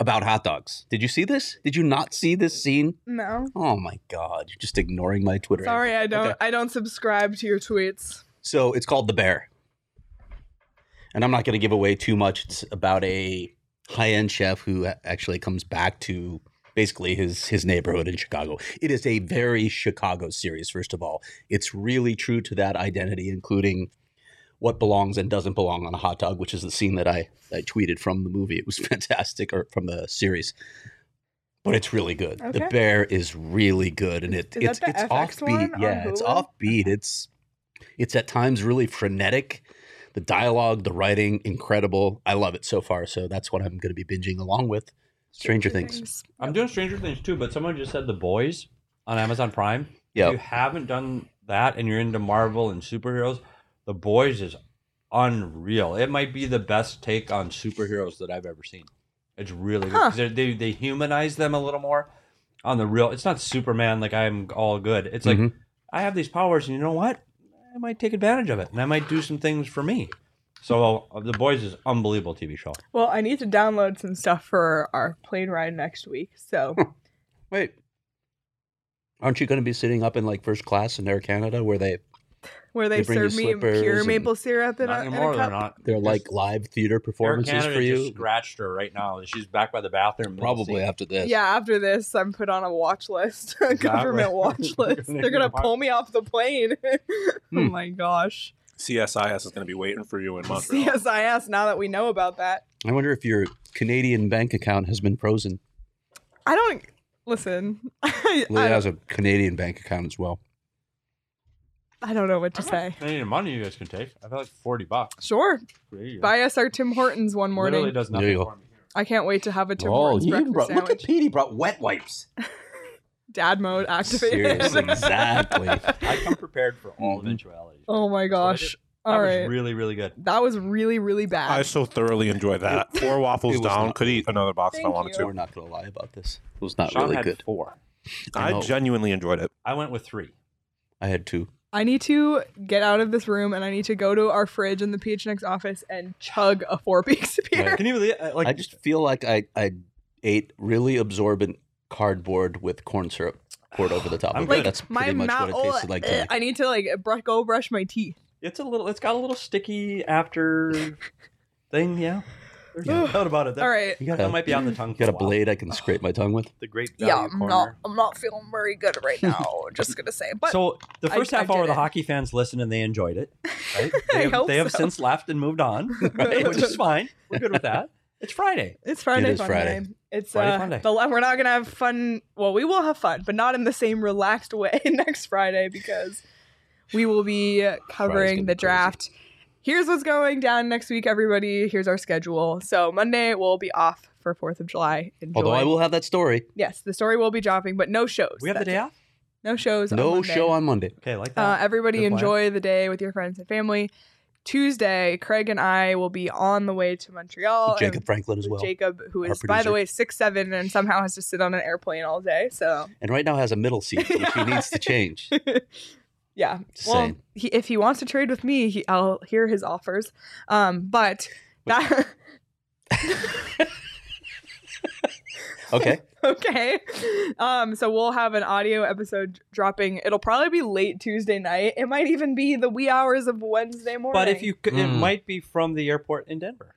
B: about hot dogs. Did you see this? Did you not see this scene?
A: No,
B: Oh my God, you're just ignoring my Twitter.
A: sorry, I don't.
B: Okay.
A: I don't subscribe to your tweets.
B: So it's called The Bear. And I'm not going to give away too much. It's about a high end chef who a- actually comes back to basically his his neighborhood in Chicago. It is a very Chicago series first of all. It's really true to that identity including what belongs and doesn't belong on a hot dog, which is the scene that I I tweeted from the movie. It was fantastic or from the series. But it's really good. The
A: Okay.
B: Bear is really good and it
A: Is
B: it's
A: that the
B: it's
A: FX one
B: offbeat.
A: on
B: Yeah, it's
A: Hulu?
B: offbeat. It's it's at times really frenetic. The dialogue, the writing, incredible. I love it so far. So that's what I'm going to be binging along with Stranger, Things.
C: I'm doing Stranger Things too, but someone just said The Boys on Amazon Prime.
B: Yeah.
C: If you haven't done that and you're into Marvel and superheroes, The Boys is unreal. It might be the best take on superheroes that I've ever seen. It's really good. 'Cause they're- They, they humanize them a little more on the real. It's not Superman like I'm all good. It's like
B: Mhm.
C: I have these powers, and you know what? I might take advantage of it, and I might do some things for me. So uh, The Boys is unbelievable TV show.
A: Well, I need to download some stuff for our plane ride next week. So
B: Wait. Aren't you going to be sitting up in like first class in Air Canada where they
A: where they,
B: They bring you
A: serve me
B: slippers
A: pure
B: and-
A: maple syrup in
C: Not
A: a, in a
C: anymore. They're
A: cup.
C: not.
B: they're
C: Just-
B: like live theater
C: Air
B: performances
C: Canada
B: for you?
C: just scratched her right now. She's back by the bathroom.
B: Probably after this.
A: Yeah, after this, I'm put on a watch list, a government watch list. They're gonna pull me off the plane. oh
B: Hmm.
A: my gosh!
E: CSIS is going to be waiting for you in Montreal.
A: CSIS. Now that we know about that,
B: I wonder if your Canadian bank account has been frozen.
A: I don't listen. I,
B: Leah
A: I,
B: has a Canadian bank account as well.
A: I don't know what to say.
C: Any money you guys can take. I have like forty bucks.
A: Sure,
C: There you go.
A: buy us our Tim Hortons one
C: Literally
A: morning.
C: does
B: There
C: nothing
B: you go.
C: for me.
A: I can't wait to have a Tim
B: oh,
A: Hortons
B: you even
A: breakfast
B: brought,
A: sandwich.
B: look at Pete. He brought wet wipes.
A: Dad mode activated.
B: Seriously, exactly.
C: I come prepared for
B: Mm-hmm.
C: all eventualities.
A: oh my
C: did-
A: gosh!
C: that
A: All
C: was
A: right,
C: really really good.
A: that was really really bad.
F: I so thoroughly enjoyed that. Four waffles
B: It was
F: down.
B: not-
F: Could eat another box if I
A: Thank
F: wanted
A: you.
B: We're not going to lie about this. It was not
C: Sean
B: really
C: had
B: good.
C: four.
F: to.
B: I
F: I
B: know.
F: genuinely enjoyed it.
C: I went with three.
B: I had two.
A: I need to get out of this room and I need to go to our fridge in the PHNX office and chug a Four Peaks beer.
C: Can you believe? uh, Like
B: I just feel like I, I ate really absorbent cardboard with corn syrup poured over the top
C: I'm
B: of
C: good.
B: it. That's
A: My
B: pretty much
A: mouth,
B: what it tasted like to
A: uh,
B: me.
A: I need to like br- go brush my teeth.
C: it's a little. It's got a little sticky after thing. Yeah. There's no doubt about it. That,
A: All right.
B: You
C: That,
B: got a-
C: might be on the tongue.
B: You got
C: for
B: a
C: while.
B: blade I can scrape my tongue with?
C: The great value
A: Yeah, I'm
C: corner.
A: not. I'm not feeling very good right now. just gonna say, but
C: so the
A: I-
C: first
A: I
C: half hour,
A: did
C: the
A: it.
C: hockey fans listened and they enjoyed it. Right? They
A: I
C: have,
A: hope
C: they have
A: so.
C: since left and moved on, right? which is fine. We're good with that. It's Friday.
A: it's Friday.
B: It is
A: fun
B: Friday.
A: day. It's
C: Friday
A: uh,
C: fun day.
A: the we're not gonna have fun. Well, we will have fun, but not in the same relaxed way next Friday because we will be
B: gonna
A: covering
B: be
A: the
B: crazy.
A: draft here's what's going down next week, everybody. Here's our schedule. So Monday we'll be off for Fourth of July. Enjoy.
B: Although I will have that story.
A: Yes, the story will be dropping, but no shows.
B: We have the
A: that
B: day off?
A: No shows. on
B: No
A: Monday.
B: show on Monday.
C: Okay, like
A: Uh, everybody enjoy the day with your friends and family. Tuesday, Craig and I will be on the way to
C: Oh,
A: Montreal.
B: Jacob
A: and
B: Franklin as
A: with
B: well,
A: Jacob, who
B: our
A: is by the
B: producer.
A: way six seven and somehow has to sit on an airplane all day. So
B: And right now has a middle seat, which he needs to change.
A: yeah,
B: Just
A: well,
B: saying.
A: he, if he wants to trade with me, he, I'll hear his offers. Um, but that
B: Okay.
A: okay. Um, so we'll have an audio episode dropping. It'll probably be late Tuesday night. It might even be the wee hours of Wednesday morning.
C: But if you, could,
B: Hmm.
C: it might be from the airport in Denver.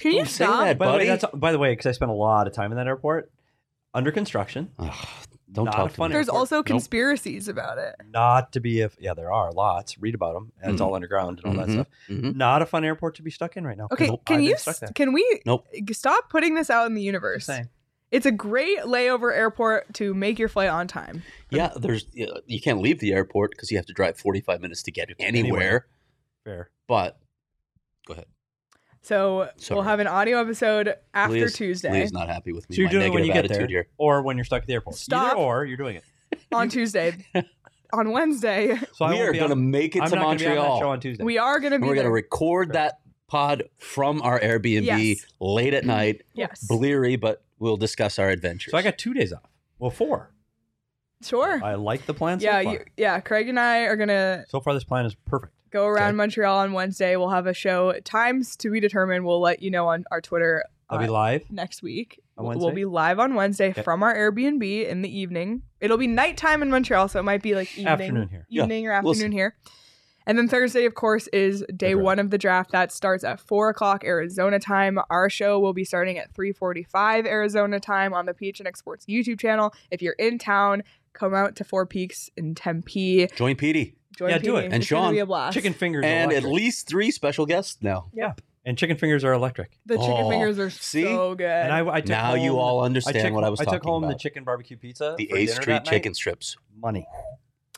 A: can you stop?
C: by the way, that's, by the way, because I spent a lot of time in that airport under construction.
B: don't
C: Not
B: talk
C: a
B: to
C: fun
B: me.
A: There's
C: airport.
A: also
C: Nope.
A: conspiracies about it.
C: not to be if yeah there are lots read about them and it's all underground and all that
B: Mhm.
C: stuff not a fun airport to be stuck in right now 'cause
A: Okay,
C: I've
A: can
C: been
A: you
C: stuck
A: s-
C: there.
A: can we
B: Nope.
A: g- stop putting this out in the universe?
C: saying.
A: It's a great layover airport to make your flight on time.
B: Yeah, there's you, know, you can't leave the airport because you have to drive 45 minutes to get anywhere.
C: anywhere. fair
B: But go ahead.
A: So
B: Sorry.
A: we'll have an audio episode after
B: Leah's-
A: Tuesday.
B: Leah's not happy with me.
C: so you're
B: my
C: doing it when you
B: negative
C: get
B: attitude
C: there
B: here.
C: or when you're stuck at the airport
A: Stop.
C: Either or you're doing it
A: on Tuesday. on Wednesday,
B: we
C: so I won't
B: are
C: be
B: going to
C: on-
B: make it
C: I'm
B: to
C: not gonna be on that
B: Montreal.
C: show on Tuesday
A: we are going to
B: And
A: be
B: we're going to
A: there.
B: record that pod from our Airbnb
A: Yes.
B: late at night,
A: yes.
B: bleary, but we'll discuss our adventures.
C: so I got two days off well four
A: sure.
C: I like the plan
A: Yeah,
C: so far
A: you, yeah. Craig and I are going to
C: so far this plan is perfect
A: go around Montreal on Wednesday. We'll have a show times to be determined. We'll let you know on our Twitter
C: I'll be
A: uh,
C: live
A: next week.
C: On
A: We'll- We'll
C: Wednesday?
A: be live on Wednesday
C: Okay.
A: from our Airbnb in the evening. It'll be nighttime in Montreal, so it might be like evening,
C: Afternoon here.
B: Yeah,
A: evening or
B: we'll
A: afternoon
B: see.
A: here. And then Thursday, of course, is day
C: That's right.
A: one of the draft. That starts at four o'clock Arizona time. Our show will be starting at three forty-five Arizona time on the PHNX Sports YouTube channel. If you're in town, come out to Four Peaks in Tempe.
B: Join Petey.
A: Join
C: Yeah, do
A: PD.
C: it.
A: It's
C: And
A: gonna
B: Sean,
A: be a blast.
C: chicken fingers
B: And at
C: electric.
B: least three special guests now.
C: and chicken fingers are electric
A: The chicken
B: Oh,
A: fingers are
B: see?
A: so good.
C: and I, I took
B: Now you
C: home-
B: all
C: I
B: understand
C: took,
B: what I was
C: I took
B: talking
C: home the
B: about.
C: chicken barbecue pizza
B: The
C: for
B: A
C: dinner
B: Street
C: that night.
B: chicken strips.
C: money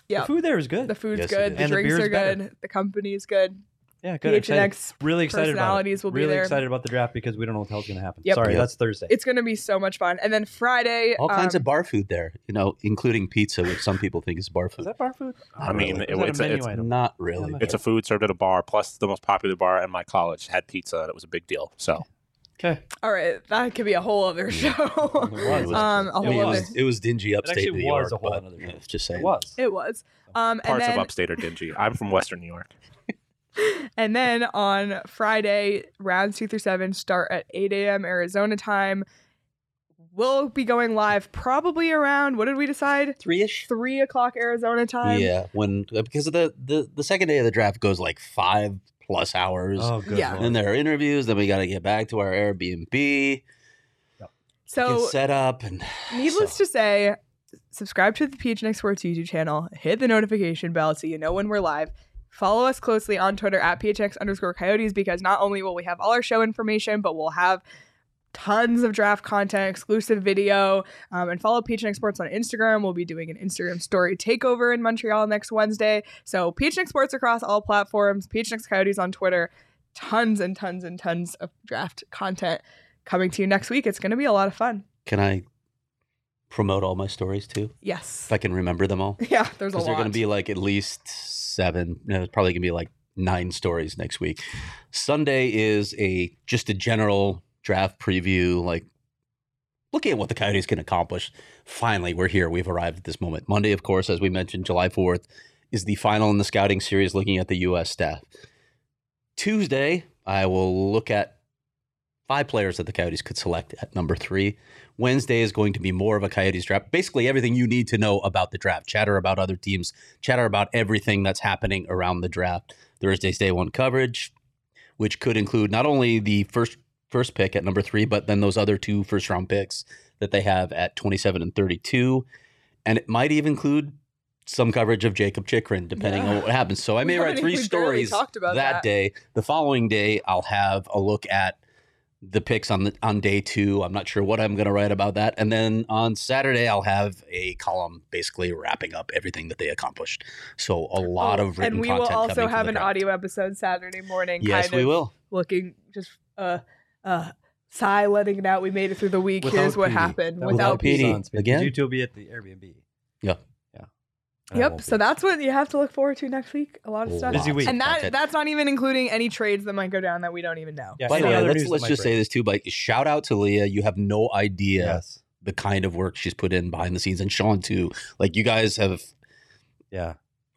A: yeah,
C: the food there is good
A: the food's
B: Yes, it
A: good.
B: is.
A: The
C: And the
A: drinks
C: beer's
A: are good.
C: better.
A: The company is good.
C: Yeah, good. Excited.
A: PHNX
C: Really excited about it.
A: personalities will be
C: really
A: there.
C: excited about the draft because we don't know what the hell's going to happen.
A: Yep.
C: Sorry,
B: Yep.
C: that's Thursday.
A: It's gonna be so much fun. And then Friday,
B: All kinds
A: um,
B: of bar food there, you know, including pizza, which some people think is bar food.
C: is that bar food?
B: I
E: mean,
C: Is
E: it-
C: that a
E: it's a-
C: menu
E: it's
C: item?
B: Not really.
E: It's a food served at a bar. Plus, the most popular bar in my college had pizza, and it was a big deal. So
C: Okay.
A: all right, that could be a whole other show.
B: It was,
A: um, a
B: I mean,
A: whole
B: it,
A: other.
B: was, it was dingy upstate
C: actually
B: New York.
C: was a whole
B: but,
C: other
B: you
C: thing.
B: know, just saying.
C: It was.
A: It was. Um, and
E: parts
A: then,
E: of upstate are dingy. I'm from Western New York.
A: and then on Friday, rounds two through seven start at 8 a.m. Arizona time. We'll be going live probably around what did we decide?
B: Three ish?
A: Three o'clock Arizona time.
B: Yeah, when uh, because the, the the second day of the draft goes like five plus hours,
C: Oh, good.
A: Yeah.
C: Lord.
B: and then there are interviews. Then we got to get back to our Airbnb,
A: So
B: get set up, and
A: Needless to say, subscribe to the PHNX Sports YouTube channel, hit the notification bell so you know when we're live. Follow us closely on Twitter at PHX underscore coyotes because not only will we have all our show information, but we'll have tons of draft content, exclusive video, um, and follow PHNX Sports on Instagram. We'll be doing an Instagram story takeover in Montreal next Wednesday. So PHNX Sports across all platforms, PHNX Coyotes on Twitter, tons and tons and tons of draft content coming to you next week. It's going to be a lot of fun.
B: can I promote all my stories too
A: Yes.
B: if I can remember them all?
A: Yeah, there's a
B: Because
A: lot.
B: they're going to be like at least seven. No, it's probably going to be like nine stories next week. Sunday is a just a general draft preview, like looking at what the Coyotes can accomplish. Finally, we're here. We've arrived at this moment. Monday, of course, as we mentioned, July fourth is the final in the scouting series, looking at the U.S. staff. Tuesday, I will look at five players that the Coyotes could select at number three. Wednesday is going to be more of a Coyotes draft. Basically, everything you need to know about the draft. Chatter about other teams, chatter about everything that's happening around the draft. Thursday's day one coverage, which could include not only the first first pick at number three, but then those other two first round picks that they have at 27 and 32. And it might even include some coverage of Jacob Chikrin, depending on what happens. So I may
A: We
B: write
A: haven't-
B: three
A: we barely
B: stories
A: talked about that.
B: that day. The following day, I'll have a look at the picks on the on day two. I'm not sure what I'm going to write about that. And then on Saturday, I'll have a column basically wrapping up everything that they accomplished. So a lot of written
A: and we will
B: content
A: also
B: coming for
A: have
B: the
A: an
B: crowd.
A: audio episode Saturday morning.
B: Yes,
A: kind
B: we
A: of
B: will.
A: Looking just uh uh sigh, letting it out. We made it through the week. Here's what happened
B: Without PD. Again?
C: You two will be at the Airbnb.
B: Yeah.
C: E Yeah. I
A: Yep.
C: won't
A: So that's what you have to look forward to next week. A lot of
B: Lots
A: stuff.
B: Busy week.
A: And that
B: Content.
A: that's not even including any trades that might go down that we don't even know.
B: By the
A: So-
B: way, let's,
C: news that
B: let's
C: might
B: just say
C: break.
B: this too, but shout out to Leah. You have no idea the kind of work she's put in behind the scenes, and Sean too. Like you guys have,
C: yeah.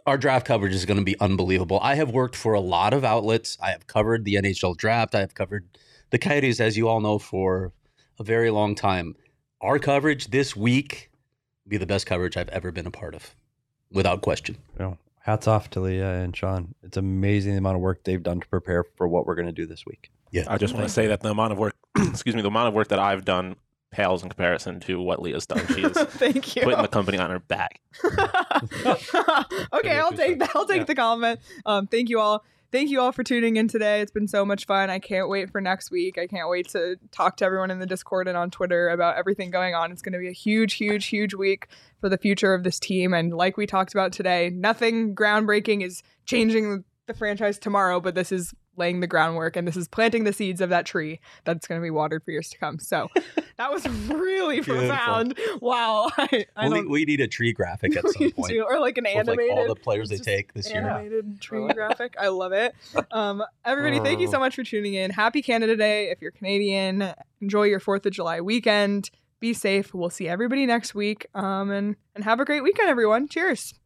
B: Our draft coverage is going to be unbelievable. I have worked for a lot of outlets. I have covered the NHL draft. I have covered the Coyotes, as you all know, for a very long time. Our coverage this week will be the best coverage I've ever been a part of, without question.
C: You know, hats off to Leah and Sean. It's amazing the amount of work they've done to prepare for what we're going to do this week.
B: Yeah.
E: I just want to say that the amount of work, excuse me, the amount of work that I've done pales in comparison to what Leah's done. She is
A: Thank you.
E: putting the company on her back.
A: okay, I'll take that. I'll take the comment. Um, thank you all. Thank you all for tuning in today. It's been so much fun. I can't wait for next week. I can't wait to talk to everyone in the Discord and on Twitter about everything going on. It's going to be a huge, huge, huge week for the future of this team. And like we talked about today, nothing groundbreaking is changing the franchise tomorrow, but this is laying the groundwork and this is planting the seeds of that tree that's going to be watered for years to come. So that was really
B: Beautiful.
A: profound. Wow. I, I
B: We,
A: don't-
B: we need a tree graphic e at some
A: you
B: point.
A: do, or like an
B: With,
A: animated.
B: all the players they take this year.
A: Animated tree graphic. I love it. Um, everybody, thank you so
B: Oh.
A: much for tuning in. Happy Canada Day if you're Canadian. Enjoy your 4th of July weekend. Be safe. We'll see everybody next week. Um, and, and have a great weekend, everyone. Cheers.